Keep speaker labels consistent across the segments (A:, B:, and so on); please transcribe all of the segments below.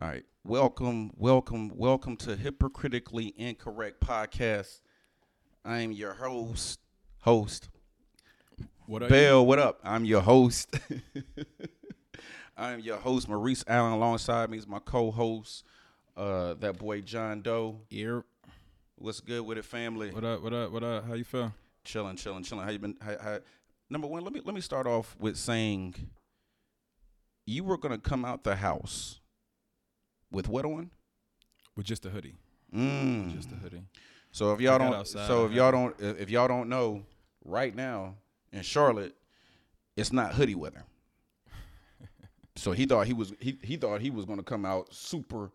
A: All right. Welcome, welcome, welcome to Hypocritically Incorrect Podcast. I am your host, host,
B: What are you?
A: Bell, what up? I'm your host. I'm your host, Maurice Allen. Alongside me is my co-host, uh, that boy John Doe.
B: Ear.
A: What's good with it, family?
B: What up? What up? What up? How you feel?
A: Chilling, chilling, chilling. How you been? How, how, number one, let me let me start off with saying, you were gonna come out the house with what on?
B: With just a hoodie.
A: Mm.
B: Just a hoodie.
A: So if y'all
B: got
A: don't,
B: outside,
A: so if
B: I
A: y'all don't, if if y'all don't know, right now in Charlotte, it's not hoodie weather. so he thought he was he he thought he was gonna come out super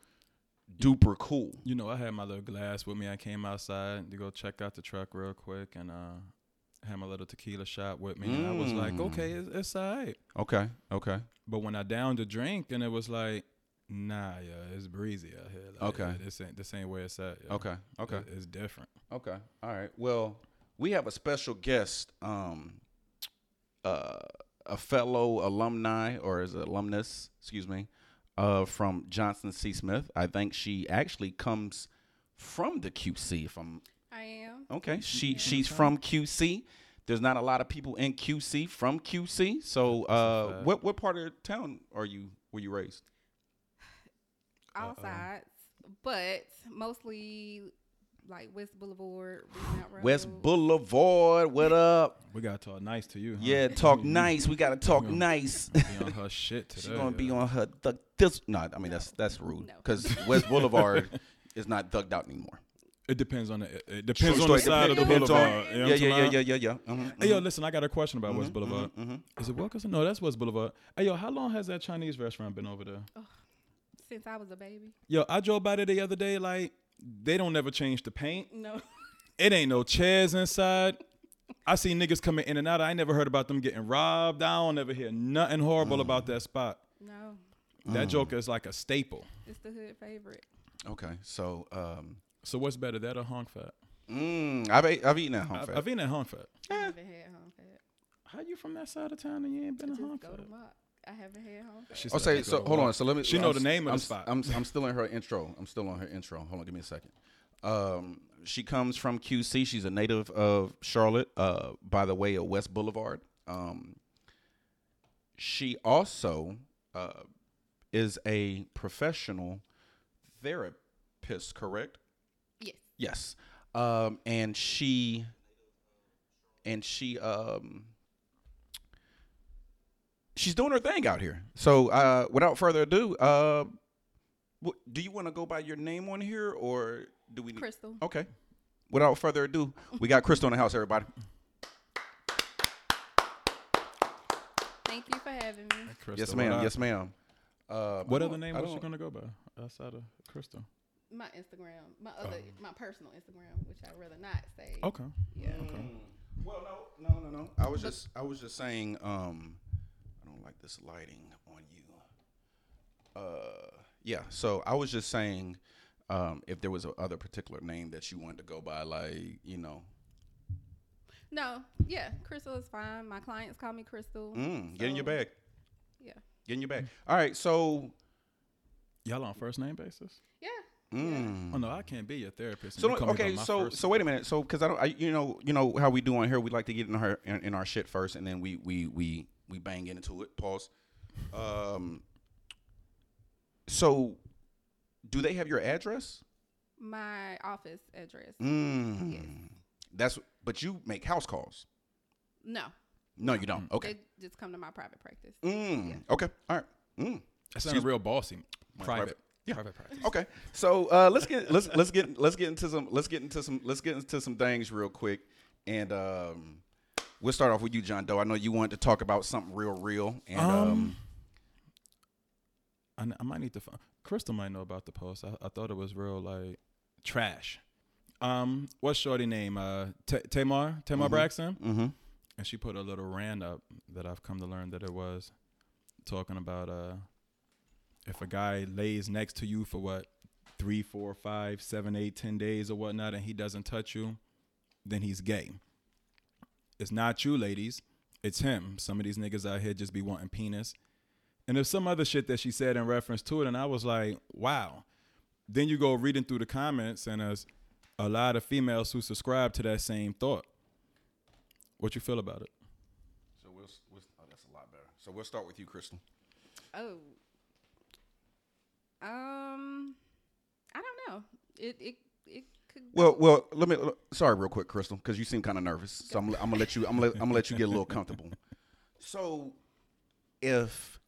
A: duper cool.
B: You know, I had my little glass with me. I came outside to go check out the truck real quick, and uh, had my little tequila shot with me. And I was like,
A: Mm.
B: okay, it's, it's alright.
A: Okay, okay,
B: But when I downed the drink, and it was like, nah, yeah, it's breezy out here. Like,
A: Okay.
B: yeah, this ain't this ain't where it's at. yeah.
A: okay, okay,
B: It- it's different.
A: Uh, okay. All right. Well, we have a special guest, um, uh, a fellow alumni or is alumnus, excuse me, uh, from Johnson C. Smith. I think she actually comes from the QC, if I'm
C: I am.
A: Okay. She she's from QC. There's not a lot of people in QC from QC. So
B: a
A: uh
B: fact.
A: what what part of town are you were you raised? Uh,
C: All sides, but mostly like West Boulevard, Remount Road.
A: West Boulevard, what up?
B: We gotta talk nice to you. Huh?
A: Yeah, talk nice. We gotta talk nice.
B: Be on her shit today.
A: She's gonna be
B: yeah.
A: on her duck this no, I mean that's that's rude.
C: No.
A: Because West Boulevard is not thugged out anymore.
B: It depends on the. It, it
A: True
B: depends on
A: story.
B: the side of the
A: Depends on-
B: boulevard. you know
A: yeah,
B: what I'm
A: yeah, yeah,
B: talking
A: yeah, yeah, yeah. Mhm,
B: Hey, yo,
A: mhm,
B: listen, I got a question about West
A: mhm,
B: Boulevard.
A: mhm.
B: Is it Wilkinson? No, that's West Boulevard. Hey, yo, how long has that Chinese restaurant been over there?
C: Since I was a baby.
B: Yo, I drove by there the other day. Like, they don't never change the paint.
C: No.
B: It ain't no chairs inside. I see niggas coming in and out. I ain't never heard about them getting robbed. I don't ever hear nothing horrible about that
A: Mm-hmm.
B: spot.
C: No.
B: That joker is like a staple.
C: It's the hood favorite.
A: Okay. So um
B: So what's better, that or Hong Fat?
A: mm, I've ate, I've eaten at home.
B: I, I've been at Hong Fat.
C: I
A: Eh.
C: haven't had home fat.
B: How you from that side of town and you ain't been
C: I
B: to
C: just
B: Hong
C: go
B: Fat?
C: to Mock. I haven't had home fat.
B: She
A: Oh,
B: said,
A: say
B: "I
A: so.
B: go to
A: Hold on.
B: Walmart."
A: So let me.
B: She
A: I'm
B: know
A: s-
B: the name of
A: I'm
B: the
A: s-
B: spot.
A: I'm s- I'm still in her intro. I'm still on her intro. Hold on, give me a second. Um, she comes from QC. She's a native of Charlotte, uh, by the way, of West Boulevard. Um, she also uh, is a professional therapist, correct?
C: Yes.
A: Yes. Um, and she and she um she's doing her thing out here. So uh without further ado, uh wh- do you want to go by your name on here or do we need
C: Crystal.
A: Okay. Without further ado, we got Crystal in the house, everybody.
C: Thank you for having me.
B: Crystal,
A: Yes,
B: what
A: ma'am.
B: up?
A: Yes, ma'am. Uh,
B: What
A: I
B: other
A: don't-
B: name
A: I
B: was you
A: don't-
B: gonna go by outside of Crystal?
C: My Instagram. My other
A: Oh.
C: my personal Instagram, which I'd rather not say.
B: Okay.
C: Yeah. Mm.
A: Well, no, no, no, no. I was just, I was just saying. Um, I don't like this lighting on you. Uh, yeah. So I was just saying, um, if there was a other particular name that you wanted to go by, like you know,
C: No. Yeah. Crystal is fine. My clients call me Crystal.
A: mm, get in your
C: So,
A: bag,
C: Oh. Yeah.
A: get in your bag. All right. So,
B: Y'all on first name basis?
C: Yeah.
A: mm.
B: Oh no, I can't be your therapist. and
A: so
B: you
A: no-
B: call me by
A: okay.
B: my
A: So
B: first
A: so wait a minute. So because I don't, I, you know, you know how we do on here. We like to get in our in, in our shit first, and then we we we we bang into it. Pause. Um. So, do they have your address?
C: My office address.
A: Mm.
C: Yes.
A: That's but you make house calls.
C: No.
A: No, you
B: Mm.
A: don't. Okay.
C: They just come to my private practice.
A: Mm. Okay. All right. Mm.
B: That sounded real bossy.
A: private-
B: Private. Yeah. Private practice.
A: Okay. So uh, let's get let's let's get let's get into some let's get into some let's get into some things real quick, and um, we'll start off with you, John Doe. I know you wanted to talk about something real, real, and um,
B: Um, I, kn- I might need to. Find, Crystal might know about the post. I, I thought it was real like trash. Um, what's shorty name? Uh, Ta Tamar. Tamar Braxton.
A: mhm.
B: And she put a little rant up that I've come to learn that it was talking about uh, if a guy lays next to you for what three, four, five, seven, eight, ten days or whatnot, and he doesn't touch you, then he's gay. It's not you, ladies. It's him. Some of these niggas out here just be wanting penis And there's some other shit that she said in reference to it, and I was like, wow. Then you go reading through the comments, and there's a lot of females who subscribe to that same thought. What you feel about it?
A: So we'll, s- we'll oh, that's a lot better. So we'll start with you, Crystal.
C: Oh. Um, I don't know. It it it could.
A: Well,
C: go-
A: well, let me. l- Sorry, real quick, Crystal, because you seem kind of nervous. So I'm, I'm gonna let you. I'm gonna, let, I'm gonna let you get a little comfortable. So, if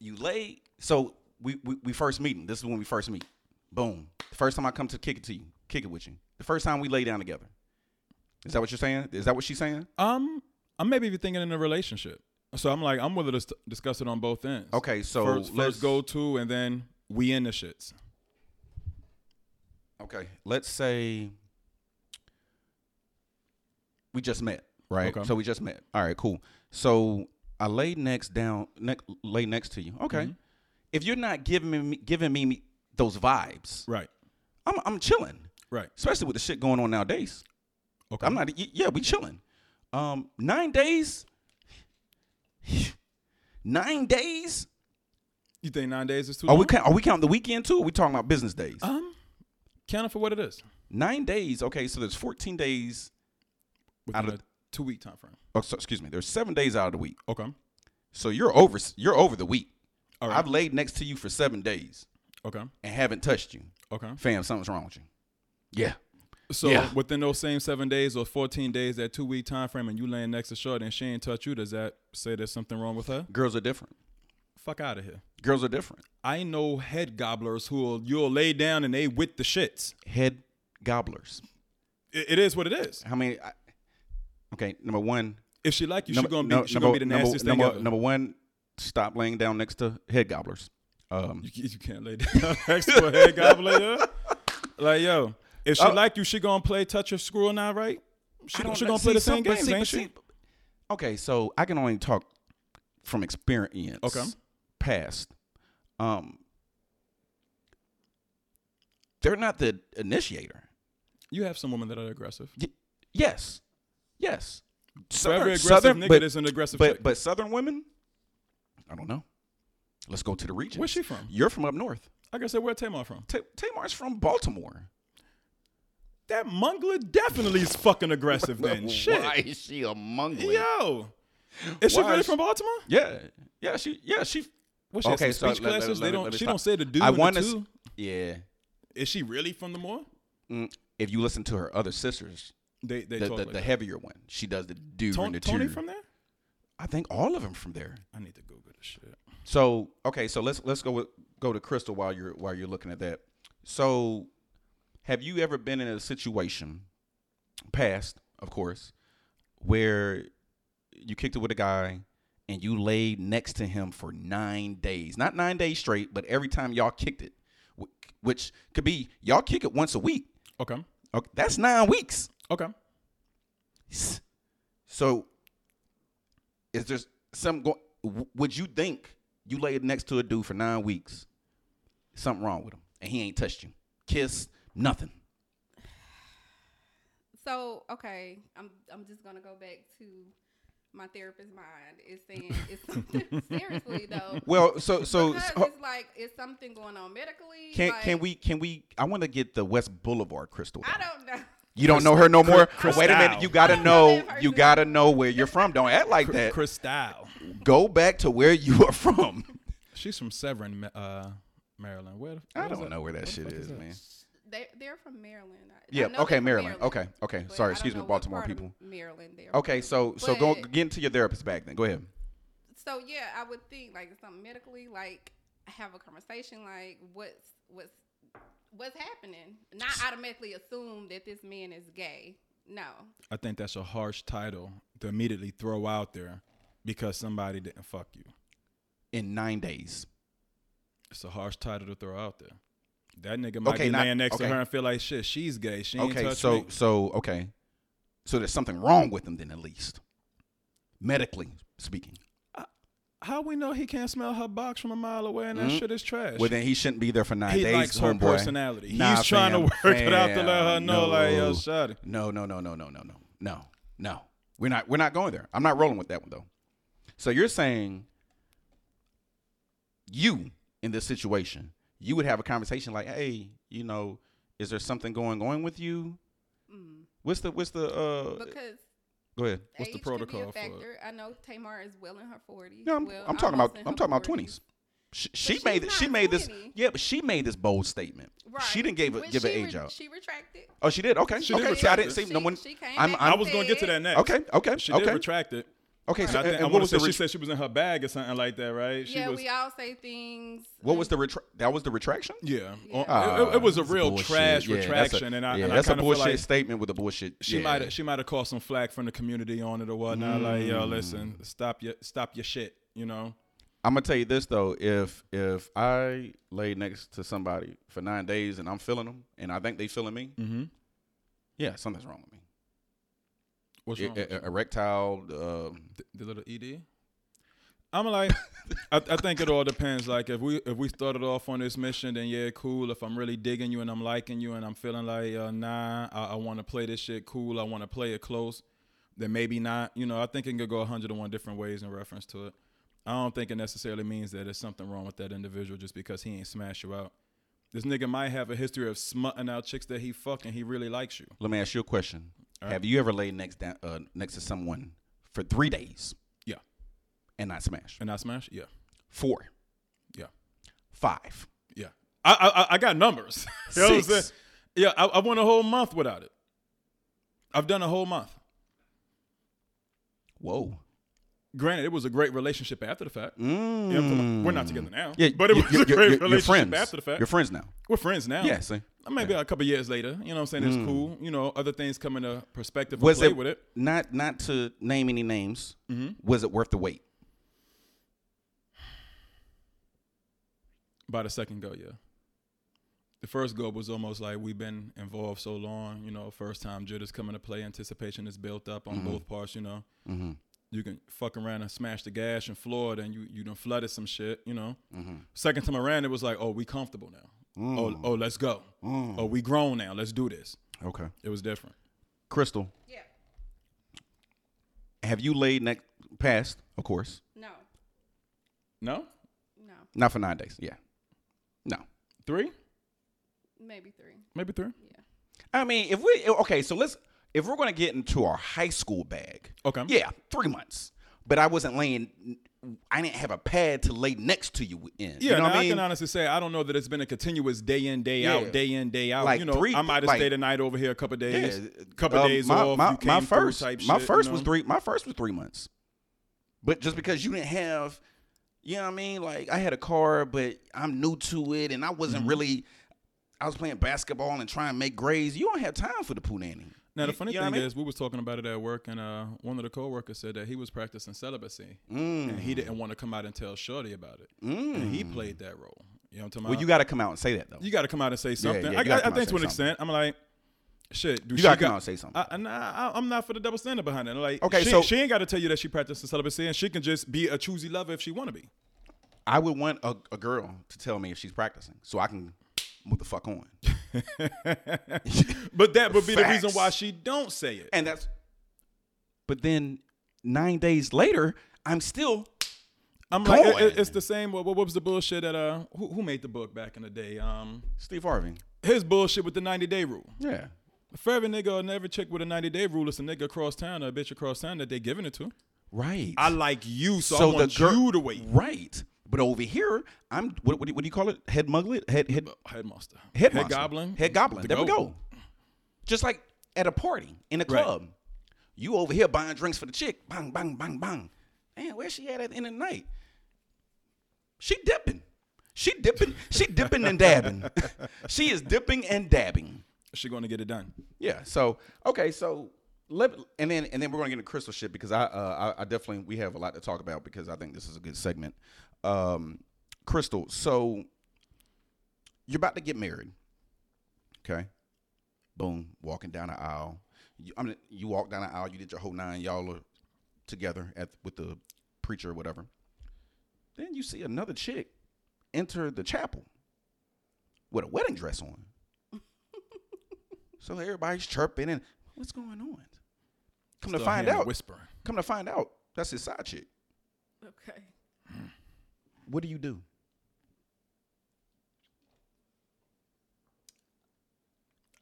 A: you lay, so we, we we first meeting. This is when we first meet. Boom. The first time I come to kick it to you, kick it with you. The first time we lay down together. Is that what you're saying? Is that what she's saying?
B: Um, I'm maybe even thinking in a relationship. So I'm like, I'm willing to dis- discuss it on both ends.
A: Okay, so
B: first, first
A: let's-
B: go to, and then we in the shits.
A: Okay. Let's say we just met, right?
B: Okay.
A: So we just met. All right, cool. So I lay next down, ne- lay next to you. Okay.
B: Mm-hmm.
A: If you're not giving me giving me those vibes,
B: Right,
A: I'm I'm chilling,
B: right.
A: especially with the shit going on nowadays.
B: Okay,
A: I'm not. y- Yeah, we chilling. Um, nine days. Nine days.
B: You think nine days is too?
A: Are
B: long?
A: we count, are we counting the weekend too? Or are we talking about business days?
B: Um, count it for what it is.
A: Nine days. Okay, so there's 14 days.
B: Within
A: of-
B: a two week time frame.
A: Oh, so, excuse me. There's seven days out of the week.
B: Okay.
A: So you're over you're over the week.
B: All right.
A: I've laid next to you for seven days
B: okay.
A: and haven't touched you.
B: Okay.
A: Fam, something's wrong with you. Yeah.
B: So
A: Yeah.
B: within those same seven days or fourteen days, that two week time frame, and you laying next to short and she ain't touch you, does that say there's something wrong with her?
A: Girls are different.
B: Fuck out of here.
A: Girls are different.
B: I know head gobblers who'll you'll lay down and they with the shits.
A: Head gobblers.
B: It- it is what it is.
A: How many I, Okay, number one.
B: If she like you,
A: number,
B: she gonna be
A: no,
B: she
A: number-
B: gonna be the
A: number-
B: nastiest
A: number,
B: thing ever.
A: number one, stop laying down next to head gobblers. Um
B: You, ca- you can't lay down next to a head gobbler. yeah? Like yo, if she
A: Oh.
B: like you, she gonna play touch or screw or not, right? She,
A: I don't
B: she
A: know.
B: gonna play
A: See,
B: the
A: some-
B: same
A: but
B: games,
A: see-
B: ain't
A: but
B: she?
A: see- Okay, so I can only talk from experience.
B: Okay.
A: Past. Um They're not the initiator.
B: You have some women that are aggressive.
A: Y- yes. Yes. Southern,
B: Every aggressive
A: Southern-
B: nigga
A: but,
B: is an aggressive
A: but,
B: chick.
A: but southern women, I don't know. Let's go to the region.
B: Where's she from?
A: You're from up north.
B: Like I said, where Tamar from?
A: Ta- Tamar's from Baltimore.
B: That mungler definitely is fucking aggressive then. Shit.
A: Why is she a mongrel? Yeah.
B: Yo. Is she
A: Why
B: really
A: is-
B: from Baltimore?
A: yeah. Yeah, she yeah, she
B: What's she okay,
A: let-
B: speech
A: let-
B: classes?
A: let me-
B: they
A: let
B: don't
A: me
B: she
A: stop.
B: don't say the dude
A: I
B: and the
A: wanna s-
B: two.
A: Yeah.
B: Is she really from the more?
A: Mm, if you listen to her other sisters,
B: They they
A: the,
B: talk
A: the,
B: like
A: the
B: that.
A: heavier one, she does the dude
B: Ton-
A: and the
B: Tony
A: two.
B: from there?
A: I think all of them from there.
B: I need to Google this shit.
A: So okay, so let's let's go with, go to Crystal while you're while you're looking at that. So, have you ever been in a situation, past of course, where you kicked it with a guy and you laid next to him for nine days? Not nine days straight, but every time y'all kicked it, wh- which could be y'all kick it once a week.
B: Okay.
A: Okay, that's nine weeks.
B: Okay.
A: So, is there some go- w- Would you think you laid next to a dude for nine weeks, something wrong with him, and he ain't touched you, kiss, nothing?
C: So okay, I'm I'm just gonna go back to my therapist's mind. It's saying it's something seriously though.
A: Well, so so,
C: because
A: so-
C: it's like it's something going on medically.
A: can
C: like,
A: can we can we? I want to get the West Boulevard crystal.
C: I
A: down.
C: don't know.
A: You don't know her no more.
B: Chris-
A: Wait a minute,
B: Crystal.
A: you
C: I
A: gotta
C: don't know
A: know
C: that person.
A: you gotta know where you're from. Don't act like
B: Cr-
A: that.
B: Cristal.
A: Go back to where you are from.
B: She's from Severn, Ma- uh, Maryland. Where? the-
A: I
B: where is
A: don't
B: that?
A: know where
B: What
A: that
B: the
A: shit
B: fuck
A: is,
B: that?
A: man.
C: They they're from Maryland. I- I
A: Yeah.
C: know they're
A: Okay,
C: from
A: Maryland. Okay. Okay.
C: but I
A: Sorry.
C: don't
A: Excuse me,
C: know what
A: Baltimore
C: part of
A: people.
C: Maryland. They're
A: Okay,
C: from.
A: so so go
C: But-
A: get into your therapist back then. Go ahead.
C: So yeah, I would think like something medically, like have a conversation, like what's what's what's happening. Not automatically assume that this man is gay. No,
B: I think that's a harsh title to immediately throw out there because somebody didn't fuck you.
A: In nine days.
B: It's a harsh title to throw out there. That nigga might
A: Okay,
B: be
A: not-
B: laying next
A: okay.
B: to her and feel like shit. She's gay. She ain't
A: Okay,
B: touch
A: so
B: me.
A: so okay, so there's something wrong with him then at least, medically speaking.
B: How we know he can't smell her box from a mile away and that
A: Mhm.
B: shit is trash?
A: Well, then he shouldn't be there for nine
B: he
A: days.
B: likes her
A: homeboy.
B: personality.
A: Nah,
B: He's trying to
A: fam,
B: work it out to let her
A: fam,
B: know, like yo,
A: no.
B: shut it.
A: No, no, no, no, no, no, no, no, no. We're not we're not going there. I'm not rolling with that one though. So you're saying you in this situation, you would have a conversation like, "Hey, you know, is there something going on with you?
C: Mm.
A: What's the what's the uh?
C: Because
A: go ahead.
B: What's the
C: age
B: protocol
C: could be
B: for
C: a factor. I know Tamar is well in her forties.
A: No, I'm,
C: well,
A: I'm talking
C: almost
A: about
C: in
A: I'm
C: her
A: talking about
C: 40s.
A: twenties. She, she
C: she's
A: made it- she
C: not
A: made this
C: 20.
A: yeah, but she made this bold statement.
C: Right.
A: She didn't give a,
C: Which
A: give an
C: she
A: age
C: re-
A: out.
C: She retracted.
A: Oh, she did. Okay,
B: She did
A: okay. See, I
B: retract
A: didn't
B: it.
A: see
C: She-
A: no one.
C: she came
A: I'm,
C: back
A: I'm
B: I was gonna get to that
C: said-
B: next.
A: okay, okay,
B: She
A: okay,
B: did retract it.
A: okay.
B: And
A: So,
B: I, think,
A: and
B: I
A: what
B: want to
A: was
B: say
A: the
B: she
A: ret-
B: said she was in her bag or something like that, right? She
C: yeah,
B: was,
C: we all say things.
A: what was the retra- that was the retraction?
B: yeah.
C: Yeah.
B: On- it- it, it was a
A: That's
B: real
A: bullshit.
B: trash
A: Yeah, that's a-
B: retraction, and I,
A: yeah,
B: and I
A: that's a
B: kind of feel
A: bullshit
B: like
A: statement with a bullshit.
B: she
A: yeah.
B: might she might have caught some flack from the community on it or whatnot. Like,
A: Mm.
B: yo, listen, stop your stop your shit. You know,
A: I'm gonna tell you this though. If if I lay next to somebody for nine days and I'm feeling them and I think they feeling me,
B: mm-hmm.
A: yeah, something's wrong with me.
B: what's
A: E-
B: wrong? with
A: e-
B: you?
A: erectile. Um,
B: the, the little ed. I'm like, I, I think it all depends. Like, if we if we started off on this mission, then yeah, cool. If I'm really digging you and I'm liking you and I'm feeling like, uh, nah, I, I want to play this shit cool. I want to play it close. Then maybe not. You know, I think it could go 101 different ways in reference to it. I don't think it necessarily means that there's something wrong with that individual just because he ain't smash you out. This nigga might have a history of smutting out chicks that he fucking he really likes you.
A: Let me ask you a question.
B: All right.
A: Have you ever laid next down, uh, next to someone for three days?
B: Yeah.
A: And not smash.
B: And I smash? Yeah.
A: Four.
B: Yeah.
A: Five.
B: Yeah. I I, I- I got numbers. you know what I'm
A: Six.
B: saying? Yeah, I, I went a whole month without it. I've done a whole month.
A: Whoa.
B: Granted, it was a great relationship after the fact. You know what I'm talking
A: Mm.
B: about? We're not together now.
A: Yeah,
B: but it
A: you-
B: was
A: you-
B: a
A: you-
B: great
A: you- you're
B: relationship
A: friends.
B: after the fact.
A: You're friends now.
B: We're friends now.
A: Yeah. See.
B: Maybe a couple years later. You know what I'm saying? It's cool. You know, other things come into perspective. and
A: Hmm. Was
B: play
A: it,
B: with it? Mm-hmm.
A: not not to name any names? Was it worth the wait?
B: By the second go, yeah. The first go was almost like we've been involved so long. You know, first time jitters come into play. Anticipation is built up
A: Mm-hmm.
B: on both parts. You know,
A: Mhm.
B: you can fuck around and smash the gash in Florida, and you you done flooded some shit. You know.
A: Mhm.
B: Second time around, it was like, oh, we comfortable now. Oh, oh, let's go.
A: Mm.
B: Oh, we grown now. Let's do this.
A: Okay.
B: It was different.
A: Crystal,
C: Yeah.
A: have you laid next past? Of course.
C: No.
B: No,
C: No.
A: Not for nine days. Yeah. No.
B: three,
C: Maybe three.
B: maybe three.
C: Yeah.
A: I mean, if we okay, so let's if we're gonna get into our high school bag.
B: Okay.
A: Yeah, three months. But I wasn't laying. I didn't have a pad to lay next to you in.
B: Yeah,
A: you know
B: now
A: what I
B: I,
A: mean.
B: can honestly say I don't know that it's been a continuous day in, day
A: Yeah.
B: out, day in, day out.
A: Like
B: you know,
A: three-
B: I might have
A: like-
B: stayed a night over here a couple days,
A: Yeah,
B: couple
A: um,
B: days
A: my,
B: off.
A: My,
B: you came
A: my
B: through
A: first,
B: type shit,
A: my
B: you
A: first
B: know?
A: was three. My first was three months. But just because you didn't have, you know what I mean. Like I had a car, but I'm new to it, and I wasn't
B: Mm-hmm.
A: really. I was playing basketball and trying to make grades. You don't have time for the punani.
B: Now the
A: You-
B: funny
A: you know
B: thing
A: what I mean?
B: is, we was talking about it at work, and uh, one of the coworkers said that he was practicing celibacy, and
A: Mm.
B: he didn't want to come out and tell Shorty about it, and he played that role. You know what I'm
A: Mm-hmm.
B: talking
A: Hmm. well,
B: about?
A: you got to come out and say that though.
B: you got to come out and say something.
A: yeah, you
B: I,
A: gotta
B: I, I
A: come out
B: think to
A: and
B: an
A: say something.
B: extent, I'm like, shit. Do
A: You
B: she
A: gotta
B: got
A: come out and say something.
B: I, I- nah, I, I'm not for the double standard behind it. Like,
A: Okay,
B: she,
A: so-
B: she ain't got to tell you that she practices celibacy, and she can just be a choosy lover if she want to be.
A: I would want a, a girl to tell me if she's practicing, so I can move the fuck on.
B: But that would be the
A: Facts.
B: reason why she don't say it.
A: and that's. But then nine days later, I'm still
B: I'm like, it-
A: going.
B: it- it's the same. What, what was the bullshit that uh, who, who made the book back in the day? Um,
A: Steve Harvey.
B: his bullshit with the 90 day rule.
A: Yeah.
B: For every nigga and every chick with a 90 day rule, it's a nigga across town or a bitch across town that they giving it to.
A: Right.
B: I like you, so, I want
A: girl-
B: you to wait.
A: Right. But over here, I'm what, what, do you, what do you call it? Head muglet? Head head
B: Headmaster.
A: head,
B: Head
A: monster.
B: goblin.
A: Head goblin.
B: The
A: there we
B: goat.
A: go. Just like at a party in a club. You over here buying drinks for the chick. Bang, bang, bang, bang. Man, where she at at the end of the night? She dipping. She dipping. She dipping and dabbing. she is dipping and dabbing.
B: She going to get it done.
A: Yeah. So okay. So let and then and then we're gonna get into crystal shit because I uh, I, I definitely we have a lot to talk about because I think this is a good segment. Um, crystal. So you're about to get married. Okay. Boom. Walking down the aisle. You, I mean, you walk down the aisle. You did your whole nine. Y'all are together at with the preacher or whatever. Then you see another chick enter the chapel with a wedding dress on. So everybody's chirping and what's going on? Come to
B: Still
A: find
B: hand
A: out,
B: Whispering.
A: come to find out, that's his side chick.
C: Okay.
A: What do you do?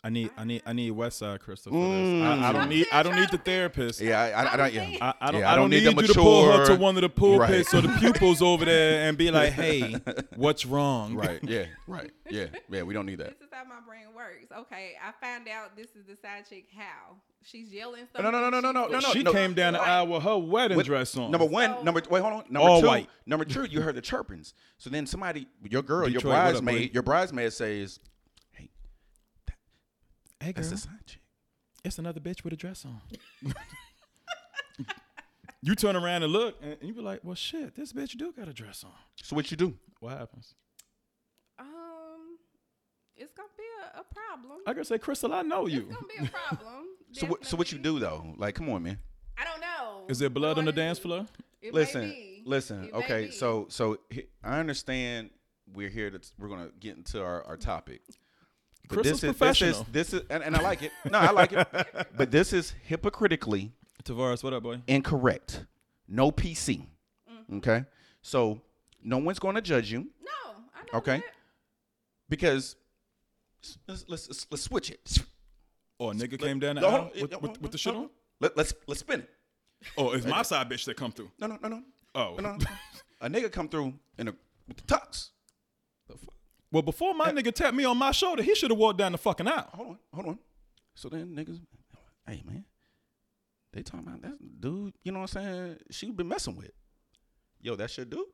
B: I need I need I need West Side Crystal for this. I, I don't need I don't need the therapist.
A: Yeah, I, I, I don't.
C: I'm
A: Yeah.
B: I, Mm. I don't,
A: Yeah,
B: I don't need,
A: the
B: you to pull her
A: mature-
B: to one of the pulpits
A: Right.
B: or the pupils over there and be like, "Hey, what's wrong?"
A: Right. Yeah. Right. Yeah. Yeah. We don't need that.
C: This is how my brain works. Okay, I found out this is the side chick. How she's yelling.
A: No, no, no, no, no, no, no, no.
B: she came down the aisle with her wedding
A: With-
B: dress on.
A: Number one,
C: So-
A: number wait, hold on. Number
B: All
A: two,
B: white.
A: number two, you heard the chirpings. So then somebody, your girl,
B: Detroit,
A: your
B: what up,
A: bridesmaid,
B: boy?
A: your bridesmaid says, "Hey,
B: hey girl,
A: that's the side chick."
B: it's another bitch with a dress on. you turn around and look, and you be like, "Well, shit, this bitch do got a dress on."
A: So what you do?
B: What happens?
C: Um, it's gonna be a, a problem.
B: I can say, "Crystal, I know
C: It's
B: you."
C: gonna be a problem.
A: So what? So what you
C: definitely.
A: do though? Like, come on, man.
C: I don't know.
B: Is there blood on the dance
C: floor?
B: floor?
C: It may
A: listen,
C: be.
A: listen.
C: It may
A: Okay,
C: be.
A: so so hi- I understand we're here to we're gonna get into our, our topic. But
B: Crystal's
A: this is this is
B: professional.
A: this is and, and I like it. No, I like it. But this is hypocritically
B: Tavares, what up, boy?
A: incorrect. No PC. Okay, so no one's gonna judge you
C: no, I know
A: Okay.
C: that.
A: because let's let's let's, let's switch it.
B: Oh, a nigga came down the
A: No, hold
B: aisle
A: on.
B: with,
A: Hold
B: with,
A: on.
B: with the shit on.
A: Let, let's let's spin it.
B: Oh, it's my side bitch that come through.
A: No, no, no, no.
B: Oh,
A: No, no. a nigga come through in a with the tux. The fuck?
B: well, before my nigga tapped me on my shoulder, he should have walked down the fucking aisle.
A: hold on, hold on. So then niggas, hey man, they talking about that dude. You know what I'm saying? She been messing with. Yo, that's your dude.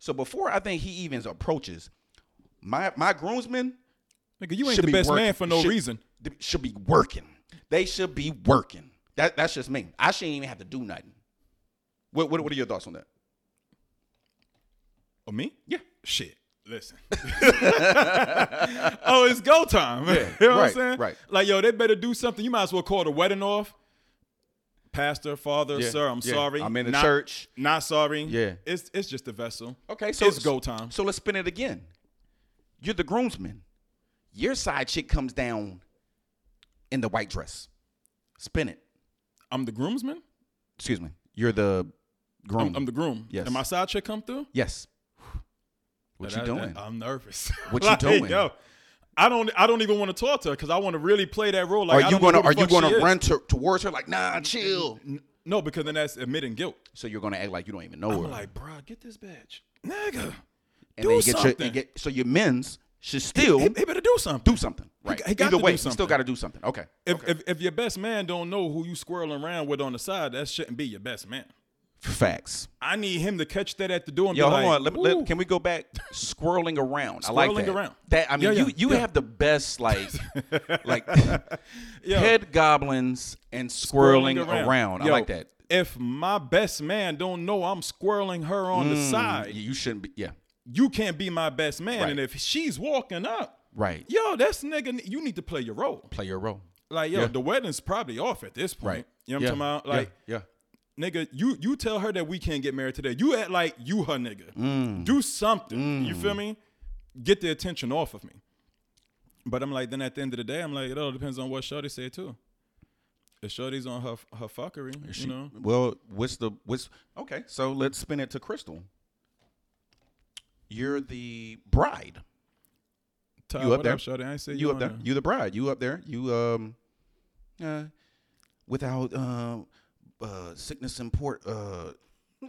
A: So before I think he even approaches, my my groomsmen
B: Nigga, you ain't
A: should
B: the
A: be
B: best
A: working-
B: man for no
A: should-
B: reason.
A: th- Should be working. They should be working. That that's just me. I shouldn't even have to do nothing. What what, what are your thoughts on that? Oh,
B: Or me? Yeah. Shit. Listen. oh, it's go time. you know what
A: right,
B: I'm saying?
A: right.
B: Like, yo, they better do something. You might as well call the wedding off. Pastor, father,
A: Yeah,
B: sir, I'm
A: yeah.
B: sorry.
A: I'm in the
B: Not-
A: church.
B: Not sorry.
A: Yeah.
B: It's it's just a vessel.
A: Okay, so
B: it's go time.
A: So let's spin it again. You're the groomsman. Your side chick comes down in the white dress. Spin it.
B: I'm the groomsman.
A: Excuse me. You're the groom.
B: I'm, I'm the groom.
A: Yes.
B: And my side chick come through.
A: yes. What
B: That-
A: you
B: that-
A: doing?
B: I'm nervous.
A: What you
B: Like,
A: doing?
B: Yo, I don't. I don't even want to talk to her because I want to really play that role. Like, I
A: are you
B: don't know
A: gonna
B: who the
A: are you
B: fuck she
A: gonna
B: is.
A: run to, towards her like nah chill?
B: No, because then that's admitting guilt.
A: So you're gonna act like you don't even know her.
B: I'm like, bruh, get this bitch, nigga.
A: Oh, and then
B: do
A: you get
B: something.
A: your you get so your men's should still
B: he, he better do something.
A: do something. Right.
B: he got
A: Either
B: to
A: way,
B: do
A: you still
B: something.
A: gotta do something. Okay.
B: If, if, if your best man don't know who you squirreling around with on the side, that shouldn't be your best man.
A: Facts.
B: I need him to catch that at the door and
A: Yo,
B: be
A: hold
B: like,
A: on. Let, me- let-
B: "Ooh."
A: can we go back? Swirling around. I like
B: Swirling
A: that.
B: around.
A: That I mean,
B: Yeah, yeah,
A: you you
B: yeah.
A: have the best like like
B: Yo,
A: head goblins and
B: swirling
A: swirling, around. I
B: Yo,
A: like that.
B: If my best man don't know I'm squirreling her on the
A: You-
B: side,
A: You shouldn't be. Yeah.
B: you can't be my best man.
A: Right.
B: And if she's walking up,
A: Right.
B: yo, that's nigga, you need to play your role.
A: Play your role.
B: Like, yo,
A: Yeah.
B: the wedding's probably off at this point.
A: Right.
B: You know what
A: yeah.
B: I'm talking about? Like,
A: yeah. yeah.
B: nigga, you you tell her that we can't get married today. You act like you her nigga.
A: Mm.
B: Do something. You feel me? Get the attention off of me. But I'm like, then at the end of the day, I'm like, it all depends on what Shorty say too. If Shorty's on her her fuckery,
A: She-
B: you know.
A: Well, what's the what's okay? So let's spin it to Crystal. You're the bride.
B: Ty,
A: you up
B: what
A: there?
B: up, Shorty? I ain't say
A: You,
B: you,
A: up
B: on
A: there.
B: there.
A: You the bride. You up there. You um, uh, without uh, uh sickness and port uh,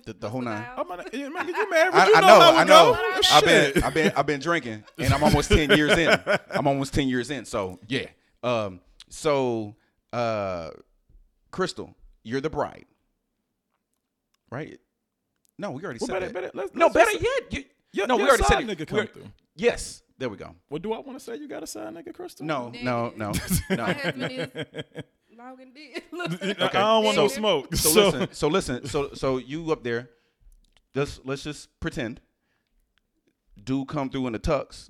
A: the, the whole nine. Oh
B: I'm not, yeah, man, you married?
A: I,
B: you
A: I
B: know,
A: know,
B: how it
A: I know.
B: go.
A: I've
B: Shit.
A: been, I've been, I've been drinking, and I'm almost ten years in. I'm almost ten years in. So yeah. Um. So, uh, Crystal, you're the bride, right? No, we already
B: Well,
A: said
B: better-
A: that.
B: better- let's-
A: no,
B: let's
A: better
B: just-
A: yet. You,
B: Your-
A: no, we
B: your
A: already
B: side
A: said it.
B: nigga come
A: We're-
B: through.
A: Yes, there we go.
B: Well, do I want to say you got a side nigga, Crystal?
A: No, no, no,
C: My
A: no.
C: husband is Logan did.
B: I don't want no smoke.
A: So,
B: So,
A: listen, so listen, so so you up there? Let's let's just pretend. Dude come through in the tux,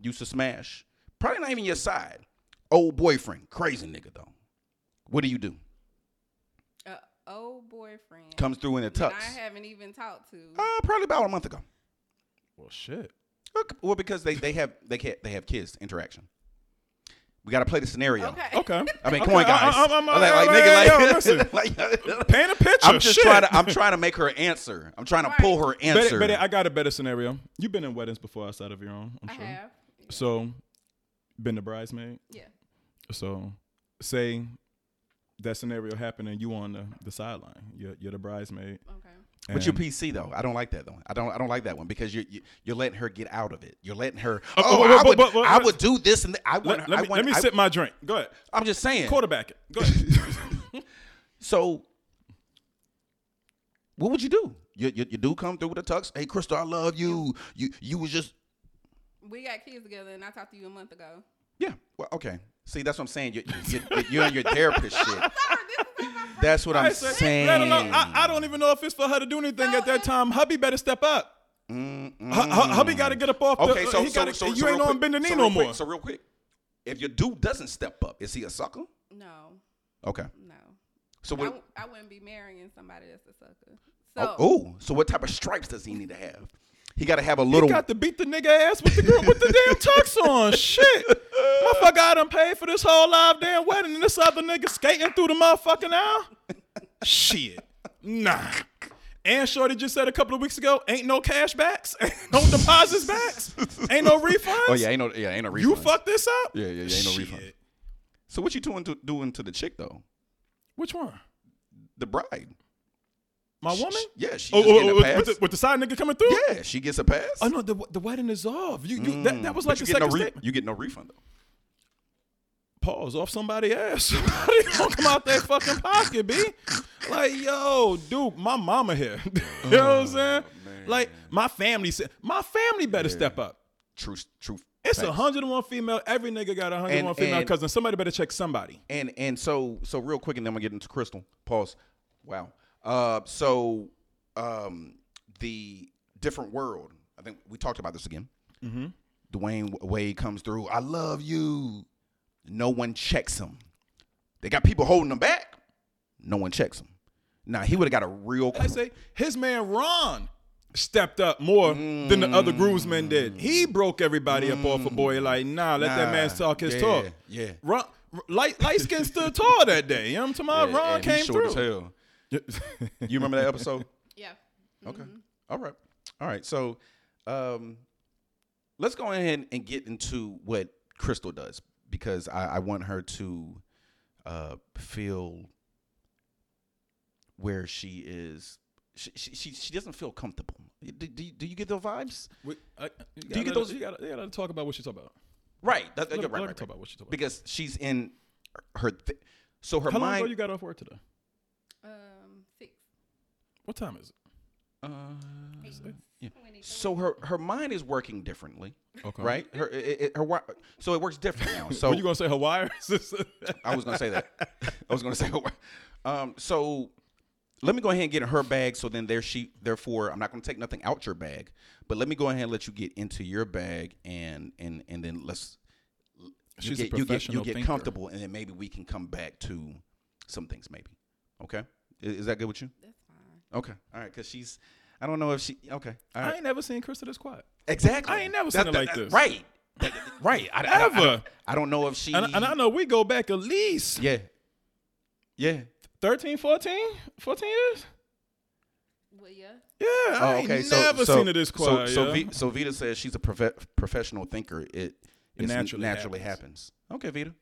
A: used to smash. Probably not even your side. Old boyfriend, crazy nigga though. What do you do?
C: Uh, old boyfriend.
A: Comes through in the tux.
C: that I haven't even talked to.
A: Uh, probably about a month ago.
B: well, shit.
A: Look, Well, because they they have they can they have kids interaction. We got to play the scenario.
C: Okay.
B: Okay.
A: I mean, come
B: Okay, uh,
A: on, guys.
B: I, I, I'm, I'm,
A: like, like,
B: I-
A: nigga,
B: I-
A: like-
B: yo, listen.
A: like-
B: Paint a picture.
A: I'm just
B: shit.
A: trying to I'm trying to make her answer. I'm trying to pull her answer.
B: Better, better, I got a better scenario. You've been in weddings before outside of your own, I'm
C: I
B: sure.
C: have.
B: So, been the bridesmaid.
C: Yeah.
B: So, say that scenario happened and you on the, the sideline. You're, you're the bridesmaid.
C: Okay.
A: But your
B: and-
A: PC though, I don't like that though. I don't. I don't like that one because you're you- you're letting her get out of it. You're letting her. Oh,
B: Oh, oh,
A: I
B: but-
A: would.
B: but- but-
A: I would do this and th- I want. Let,
B: Let, let
A: I
B: me,
A: want,
B: let me
A: I-
B: sip my drink. Go ahead.
A: I'm just saying.
B: Quarterback it. Go ahead.
A: So, what would you do? You, you, you do come through with a tux. Hey, Crystal, I love you. You you was just
C: We got kids together, and I talked to you a month ago.
A: yeah. Well, okay. See, that's what I'm saying. You you you you're in your therapist shit.
C: Sorry, this is not my first-
A: That's what
B: I
A: I'm
B: said,
A: saying.
B: let alone- I, I don't even know if it's for her to do anything
C: No,
B: at that
C: it-
B: time. Hubby better step up. Hu- hu- Hubby got to get up off.
A: Okay,
B: the,
A: so
B: he
A: so,
B: Mm. gotta,
A: so
B: you
A: so
B: ain't
A: real
B: on
A: quick-
B: bending knee
A: so
B: no
A: real quick-
B: more.
A: So real quick, if your dude doesn't step up, is he a sucker?
C: No,
A: Okay.
C: no.
A: So
C: I
A: what?
C: w- I, wouldn't be marrying somebody that's a sucker. So
A: Oh, ooh. so what type of stripes does he need to have? He got to have a little.
B: He got to beat the nigga ass with the girl with the damn tux on. Shit. Motherfucker, I done paid for this whole live damn wedding and this other nigga skating through the motherfucking aisle. Shit. Nah. And Shorty just said a couple of weeks ago, ain't no cash backs, ain't no deposits backs, ain't no refunds.
A: oh yeah, ain't no yeah, ain't no refund.
B: You fucked this up?
A: Yeah, yeah, yeah, ain't no
B: Shit.
A: refund. So what you doing to doing to the chick though?
B: Which one?
A: The bride.
B: My woman?
A: Sh- Yeah, she just
B: Oh, oh,
A: getting
B: oh,
A: a
B: with,
A: pass.
B: with the, with the side nigga coming through?
A: yeah, she gets a pass.
B: Oh no, the, the wedding is off. You, you that, that was
A: But
B: like
A: you
B: the
A: get no
B: second
A: re-
B: statement.
A: You get no refund though.
B: paws off somebody's ass. Somebody gonna come out their fucking pocket, b. Like, yo, dude, my mama here. you know
A: Oh,
B: what I'm saying? Like, my family said, my family better step up.
A: True, true.
B: It's
A: facts.
B: 101 female. Every nigga got 101
A: And-
B: female
A: and-
B: cousin. Somebody better check somebody.
A: and and so so real quick, and then I'm gonna get into Crystal. Pause. Wow. Uh, so um, the different world. I think we talked about this again.
B: Mm-hmm.
A: Dwayne Wade comes through. I love you. No one checks him. They got people holding him back. No one checks him. Now he would have got a real.
B: I say his man Ron stepped up more than the other groomsmen did. He broke everybody up off a boy. Like, nah, let that man
A: Nah,
B: talk his
A: yeah,
B: talk.
A: yeah.
B: Ron, light light skin stood tall that day. You know what I'm talking
A: And-
B: about? Ron
A: and
B: came
A: he's short
B: through.
A: as hell. you remember that episode?
C: yeah,
A: Okay.
B: Mm-hmm.
A: All right. All right. So um, let's go ahead and get into what Crystal does because I, I want her to uh, feel where she is. She, she, she, she doesn't feel comfortable. Do, do, do you get the vibes?
B: We, I, you
A: you
B: gotta
A: get
B: let-
A: those-
B: You gotta, you gotta talk about what you talk about.
A: Right. That,
B: Let,
A: you're
B: her-
A: right,
B: let her
A: right,
B: talk
A: right.
B: about what you talk about.
A: Because she's in her. Th- so her
B: How long ago
A: mind.
B: you got off work today?
C: um, six,
B: What time is it?
A: uh,
C: eight,
A: yeah.
C: 20,
A: so her, her mind is working differently,
B: Okay.
A: right? Her it, it, her wi- so it works different now. So
B: So Uh-huh. you gonna say Hawaii?
A: I was gonna say that. I was gonna say. Um, so let me go ahead and get in her bag. So then there she. Therefore, I'm not gonna take nothing out your bag, but let me go ahead and let you get into your bag and and and then let's. you
B: She's a
A: get- you get you
B: professional
A: get
B: thinker.
A: comfortable, and then maybe we can come back to some things. Maybe, okay? I- Is, that good with you?
C: That's fine.
A: Okay, all right. Because she's. I don't know if she. Okay, all
B: I
A: right.
B: ain't never seen Krista this quiet.
A: exactly.
B: I ain't never seen it like this.
A: Right. Right. I, I- I- I-
B: Ever.
A: I don't know if she.
B: And, and I know we go back at least
A: Yeah. Yeah.
B: 13, 14, 14 years.
C: Well, yeah.
B: Yeah, I ain't never seen it this quiet.
A: Oh, So, so,
B: yeah.
A: v, so Vita says she's a profe- professional thinker. It, it's
B: naturally
A: naturally, naturally happens. Okay, Vita,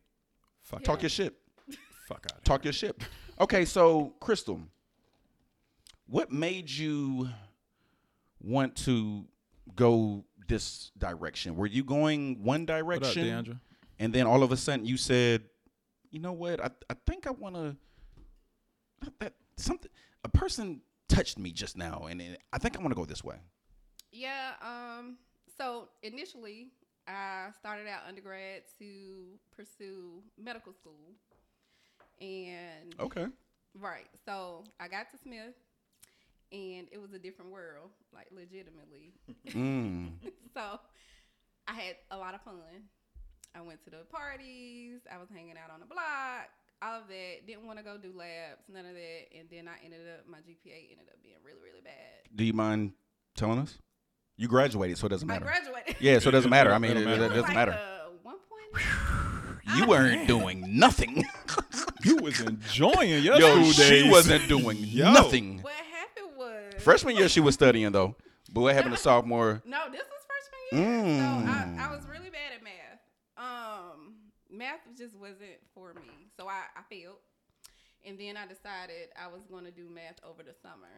B: fuck,
A: talk your shit.
B: fuck out.
A: Talk your shit. Okay, so Crystal, what made you want to go this direction? Were you going one
B: What up,
A: direction,
B: DeAndre?
A: and then all of a sudden you said, "You know what? I, I think I want to." That something a person touched me just now, and it, I think I want to go this way.
C: Yeah. Um. So initially, I started out undergrad to pursue medical school, and
A: Okay.
C: right. So I got to Smith, and it was a different world, like legitimately.
A: Mm.
C: so I had a lot of fun. I went to the parties. I was hanging out on the block. All of that. Didn't want to go do labs. None of that. And then I ended up. My GPA ended up being really, really bad.
A: Do you mind telling us? You graduated, so it doesn't
C: I
A: matter.
C: graduated.
A: yeah, so it doesn't matter. I mean, it,
B: It don't matter.
A: it doesn't matter.
C: uh, One point.
A: You weren't doing nothing.
B: You was enjoying your
A: Yo,
B: school
A: she
B: days.
A: wasn't doing
B: Yo.
A: nothing.
C: What happened was
A: Freshman year, she was studying though, but what happened to
C: No.
A: sophomore?
C: No, this was freshman year. So I, I was really bad at math. Um, math just wasn't for me. So I, I failed. And then I decided I was going to do math over the summer.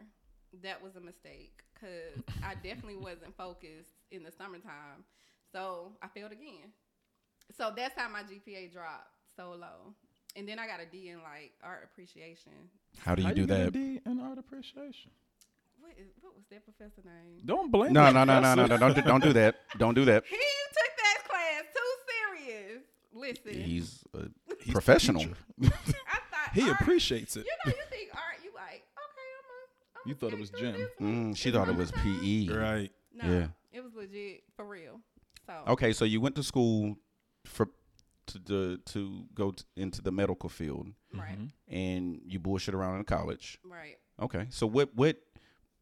C: That was a mistake because I definitely wasn't focused in the summertime. So I failed again. So that's how my GPA dropped so low. And then I got a D in like art appreciation.
A: How do you
B: How
A: do
B: get a
A: that?
B: D in art appreciation.
C: What is what was that professor name?
B: Don't blame.
A: No,
B: the
A: no, no, no, no,
B: professor.
A: no! Don't do, don't do that! Don't do that!
C: He took that class too serious. Listen,
A: He's a professional.
C: I thought
B: He
C: art-
B: appreciates it.
C: You know, you think art, you like okay, I'm a. I'm
B: You thought it was gym.
A: Mm, she thought it was E. PE.
B: Right.
C: No,
A: Yeah.
C: it was legit for real. So
A: Okay, so you went to school for to to, to go t- into the medical field,
C: right,
A: Mm-hmm. and you bullshit around in college.
C: right.
A: Okay, so what what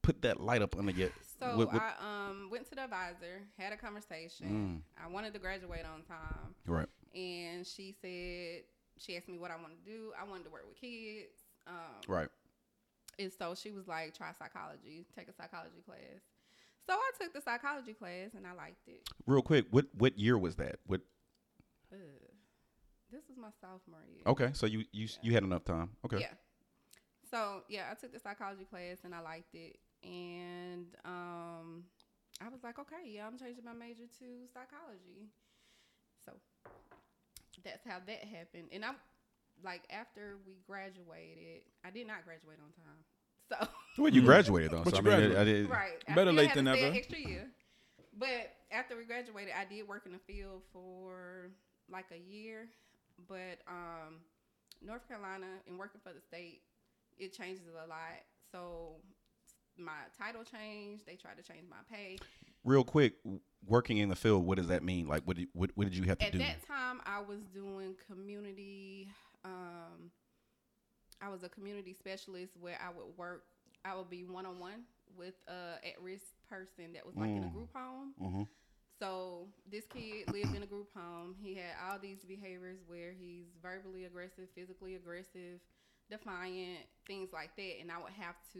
A: put that light up under your?
C: So
A: what- what-
C: I um went to the advisor, had a conversation.
A: Mm.
C: I wanted to graduate on time,
A: right.
C: and she said she asked me what I wanted to do. I wanted to work with kids. Um,
A: Right.
C: And so she was like, try psychology, take a psychology class. So I took the psychology class and I liked it.
A: Real quick, what what year was that? What?
C: Ugh. This was my sophomore year.
A: Okay, so you you s you had enough time. Okay.
C: Yeah. So yeah, I took the psychology class and I liked it, and um, I was like, okay, yeah, I'm changing my major to psychology. So that's how that happened, and I'm like, after we graduated, I did not graduate on time. So
A: Well,
B: Mm.
A: you graduated though.
B: But
A: so
B: you
A: I mean,
B: graduated.
A: I, I did.
C: right, I
B: Better
C: still
B: late
C: had
B: than
C: to stay
B: never.
C: an Extra year, but after we graduated, I did work in the field for like a year, but um, North Carolina and working for the state, it changes a lot. So my title changed. They tried to change my pay.
A: Real quick, w- working in the field, what does that mean? Like, what did, what, what did you have to
C: At
A: do?
C: that time, I was doing community. Um, I was a community specialist where I would work. I would be one on one with a at risk person that was like in a
A: Mm.
C: group home.
A: Mhm.
C: So this kid lived in a group home. He had all these behaviors where he's verbally aggressive, physically aggressive, defiant, things like that. And I would have to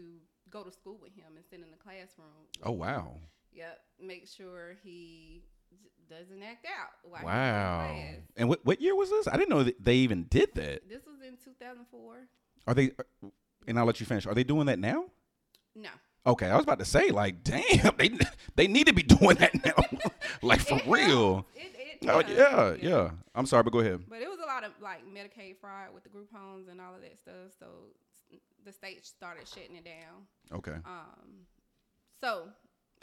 C: go to school with him and sit in the classroom. with
A: Oh
C: him.
A: wow!
C: Yep. Make sure he j- doesn't act out. while he's in
A: Wow.
C: class.
A: And what what year was this? I didn't know that they even did that.
C: This was in 2004.
A: Are they? And I'll let you finish. Are they doing that now?
C: No.
A: Okay, I was about to say like, damn, they they need to be doing that now, like for
C: It
A: real.
C: helps. It, it
A: Oh
C: does.
A: yeah, yeah. I'm sorry, but go ahead.
C: But it was a lot of like Medicaid fraud with the group homes and all of that stuff. So s- the state started shutting it down.
A: Okay.
C: Um, so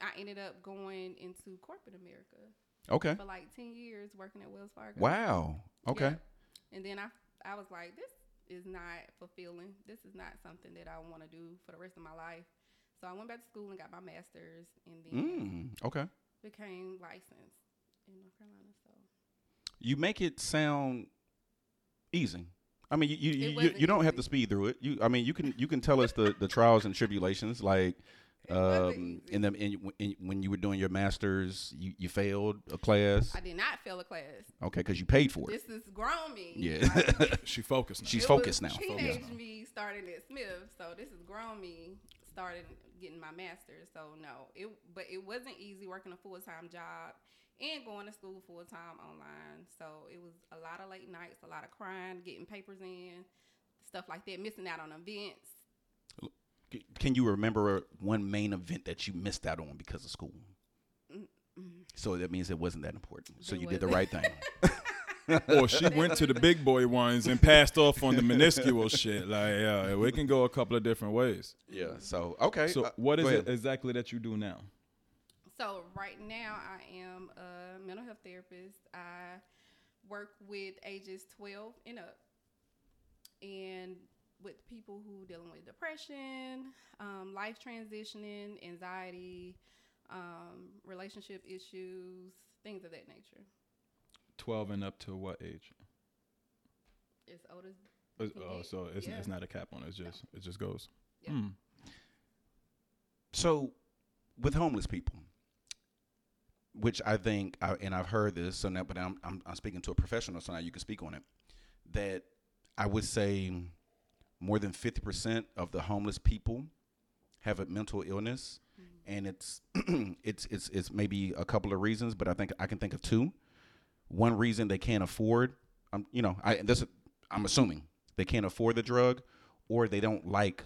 C: I ended up going into corporate America
A: Okay.
C: for like ten years working at Wells Fargo.
A: Wow. Okay.
C: Yeah. And then I I was like, this is not fulfilling. This is not something that I want to do for the rest of my life. So I went back to school and got my master's and then
A: Mm, okay.
C: became licensed in North Carolina. So
A: You make it sound easy. I mean, you you,
C: It
A: you, you,
C: wasn't
A: you don't have to
C: easy.
A: speed through it. You I mean, you can you can tell us the, the trials and tribulations like
C: It wasn't
A: um
C: easy.
A: in them in, in when you were doing your masters, you, you failed a class.
C: I did not fail a class.
A: Okay, cuz you paid for it.
C: This is grown me.
A: Yeah.
C: Like,
B: She focused. Now.
A: She's
C: It
A: focused
C: was
A: now.
C: Teenage
A: Focused.
C: me started at Smith, so this is grown me started getting my master's. So no, it but it wasn't easy working a full time job and going to school full time online. So it was a lot of late nights, a lot of crying, getting papers in, stuff like that, missing out on events.
A: C- Can you remember one main event that you missed out on because of school? So that means it wasn't that important. So
C: It
A: you did the
C: wasn't.
A: right thing.
B: or she went to the big boy ones and passed off on the minuscule shit. Like, yeah, it can go a couple of different ways.
A: yeah. So okay.
B: So,
A: uh,
B: what is
A: go
B: it
A: ahead.
B: exactly that you do now?
C: So right now I am a mental health therapist. I work with ages 12 and up and with people who dealing with depression, um, life transitioning, anxiety, um, relationship issues, things of that nature.
B: Twelve and up to what age?
C: It's older.
B: Uh,
C: Can
B: Oh,
C: you-
B: so it's,
C: yeah.
B: it's not a cap on it. It's just it just goes.
C: Yeah.
B: Hmm.
A: So with homeless people, which I think, I, and I've heard this, so now, but I'm, I'm I'm speaking to a professional, so now you can speak on it. That I would say more than fifty percent of the homeless people have a mental illness,
C: hmm.
A: and it's it's it's it's maybe a couple of reasons, but I think I can think of two. One reason they can't afford I'm you know I this I'm assuming they can't afford the drug or they don't like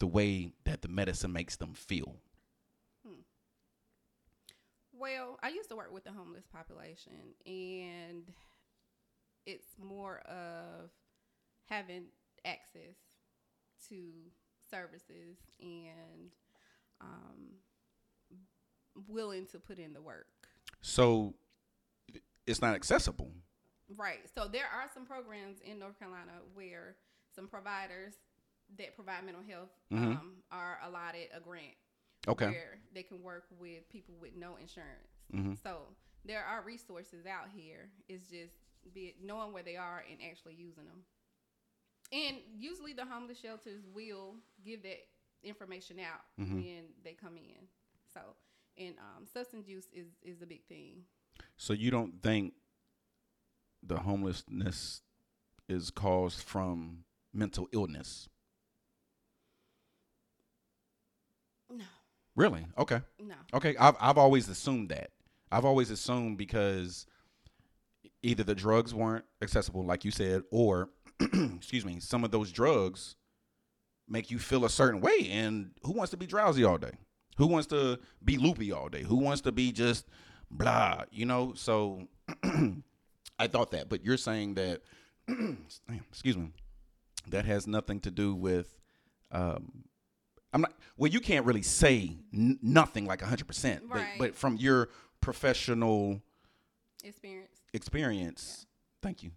A: the way that the medicine makes them feel.
C: Well, I used to work with the homeless population, and it's more of having access to services and um, willing to put in the work.
A: So it's not accessible.
C: Right. So there are some programs in North Carolina where some providers that provide mental health
A: Mhm.
C: um, are allotted a grant
A: Okay.
C: where they can work with people with no insurance.
A: Mhm.
C: So there are resources out here. It's just be knowing where they are and actually using them. And usually the homeless shelters will give that information out
A: Mhm.
C: when they come in. So and um, substance use is is a big thing.
A: So you don't think the homelessness is caused from mental illness?
C: No,
A: Really? Okay.
C: no.
A: Okay. I've I've always assumed that. I've always assumed because either the drugs weren't accessible, like you said, or excuse me, some of those drugs make you feel a certain way. And who wants to be drowsy all day? Who wants to be loopy all day? Who wants to be just blah? You know. So I thought that, but you're saying that. damn, excuse me. That has nothing to do with um, I'm not. Well, you can't really say n- nothing like 100, percent but
C: Right.
A: but from your professional
C: Experience.
A: experience, thank you.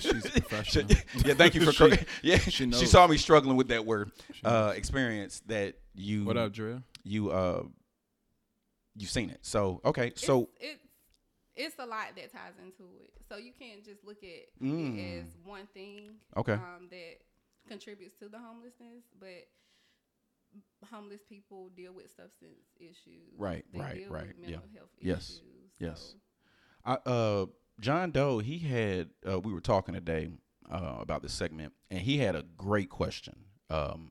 B: She's professional.
A: yeah, thank you for.
B: She-
A: correct- yeah, she,
B: knows.
A: saw me struggling with that word.
B: She
A: Uh, experience that you
B: What up, Drea?
A: you uh you've seen it. So okay, so
C: it's, it's it's a lot that ties into it. So you can't just look at
A: Mm.
C: it as one thing.
A: Okay.
C: Um, that contributes to the homelessness, but homeless people deal with substance issues.
A: Right,
C: They
A: right,
C: deal
A: right,
C: With mental health
A: Yes,
C: Issues.
A: yes.
C: So,
A: I, uh, John Doe, he had, uh, we were talking today uh, about this segment, and he had a great question. Um,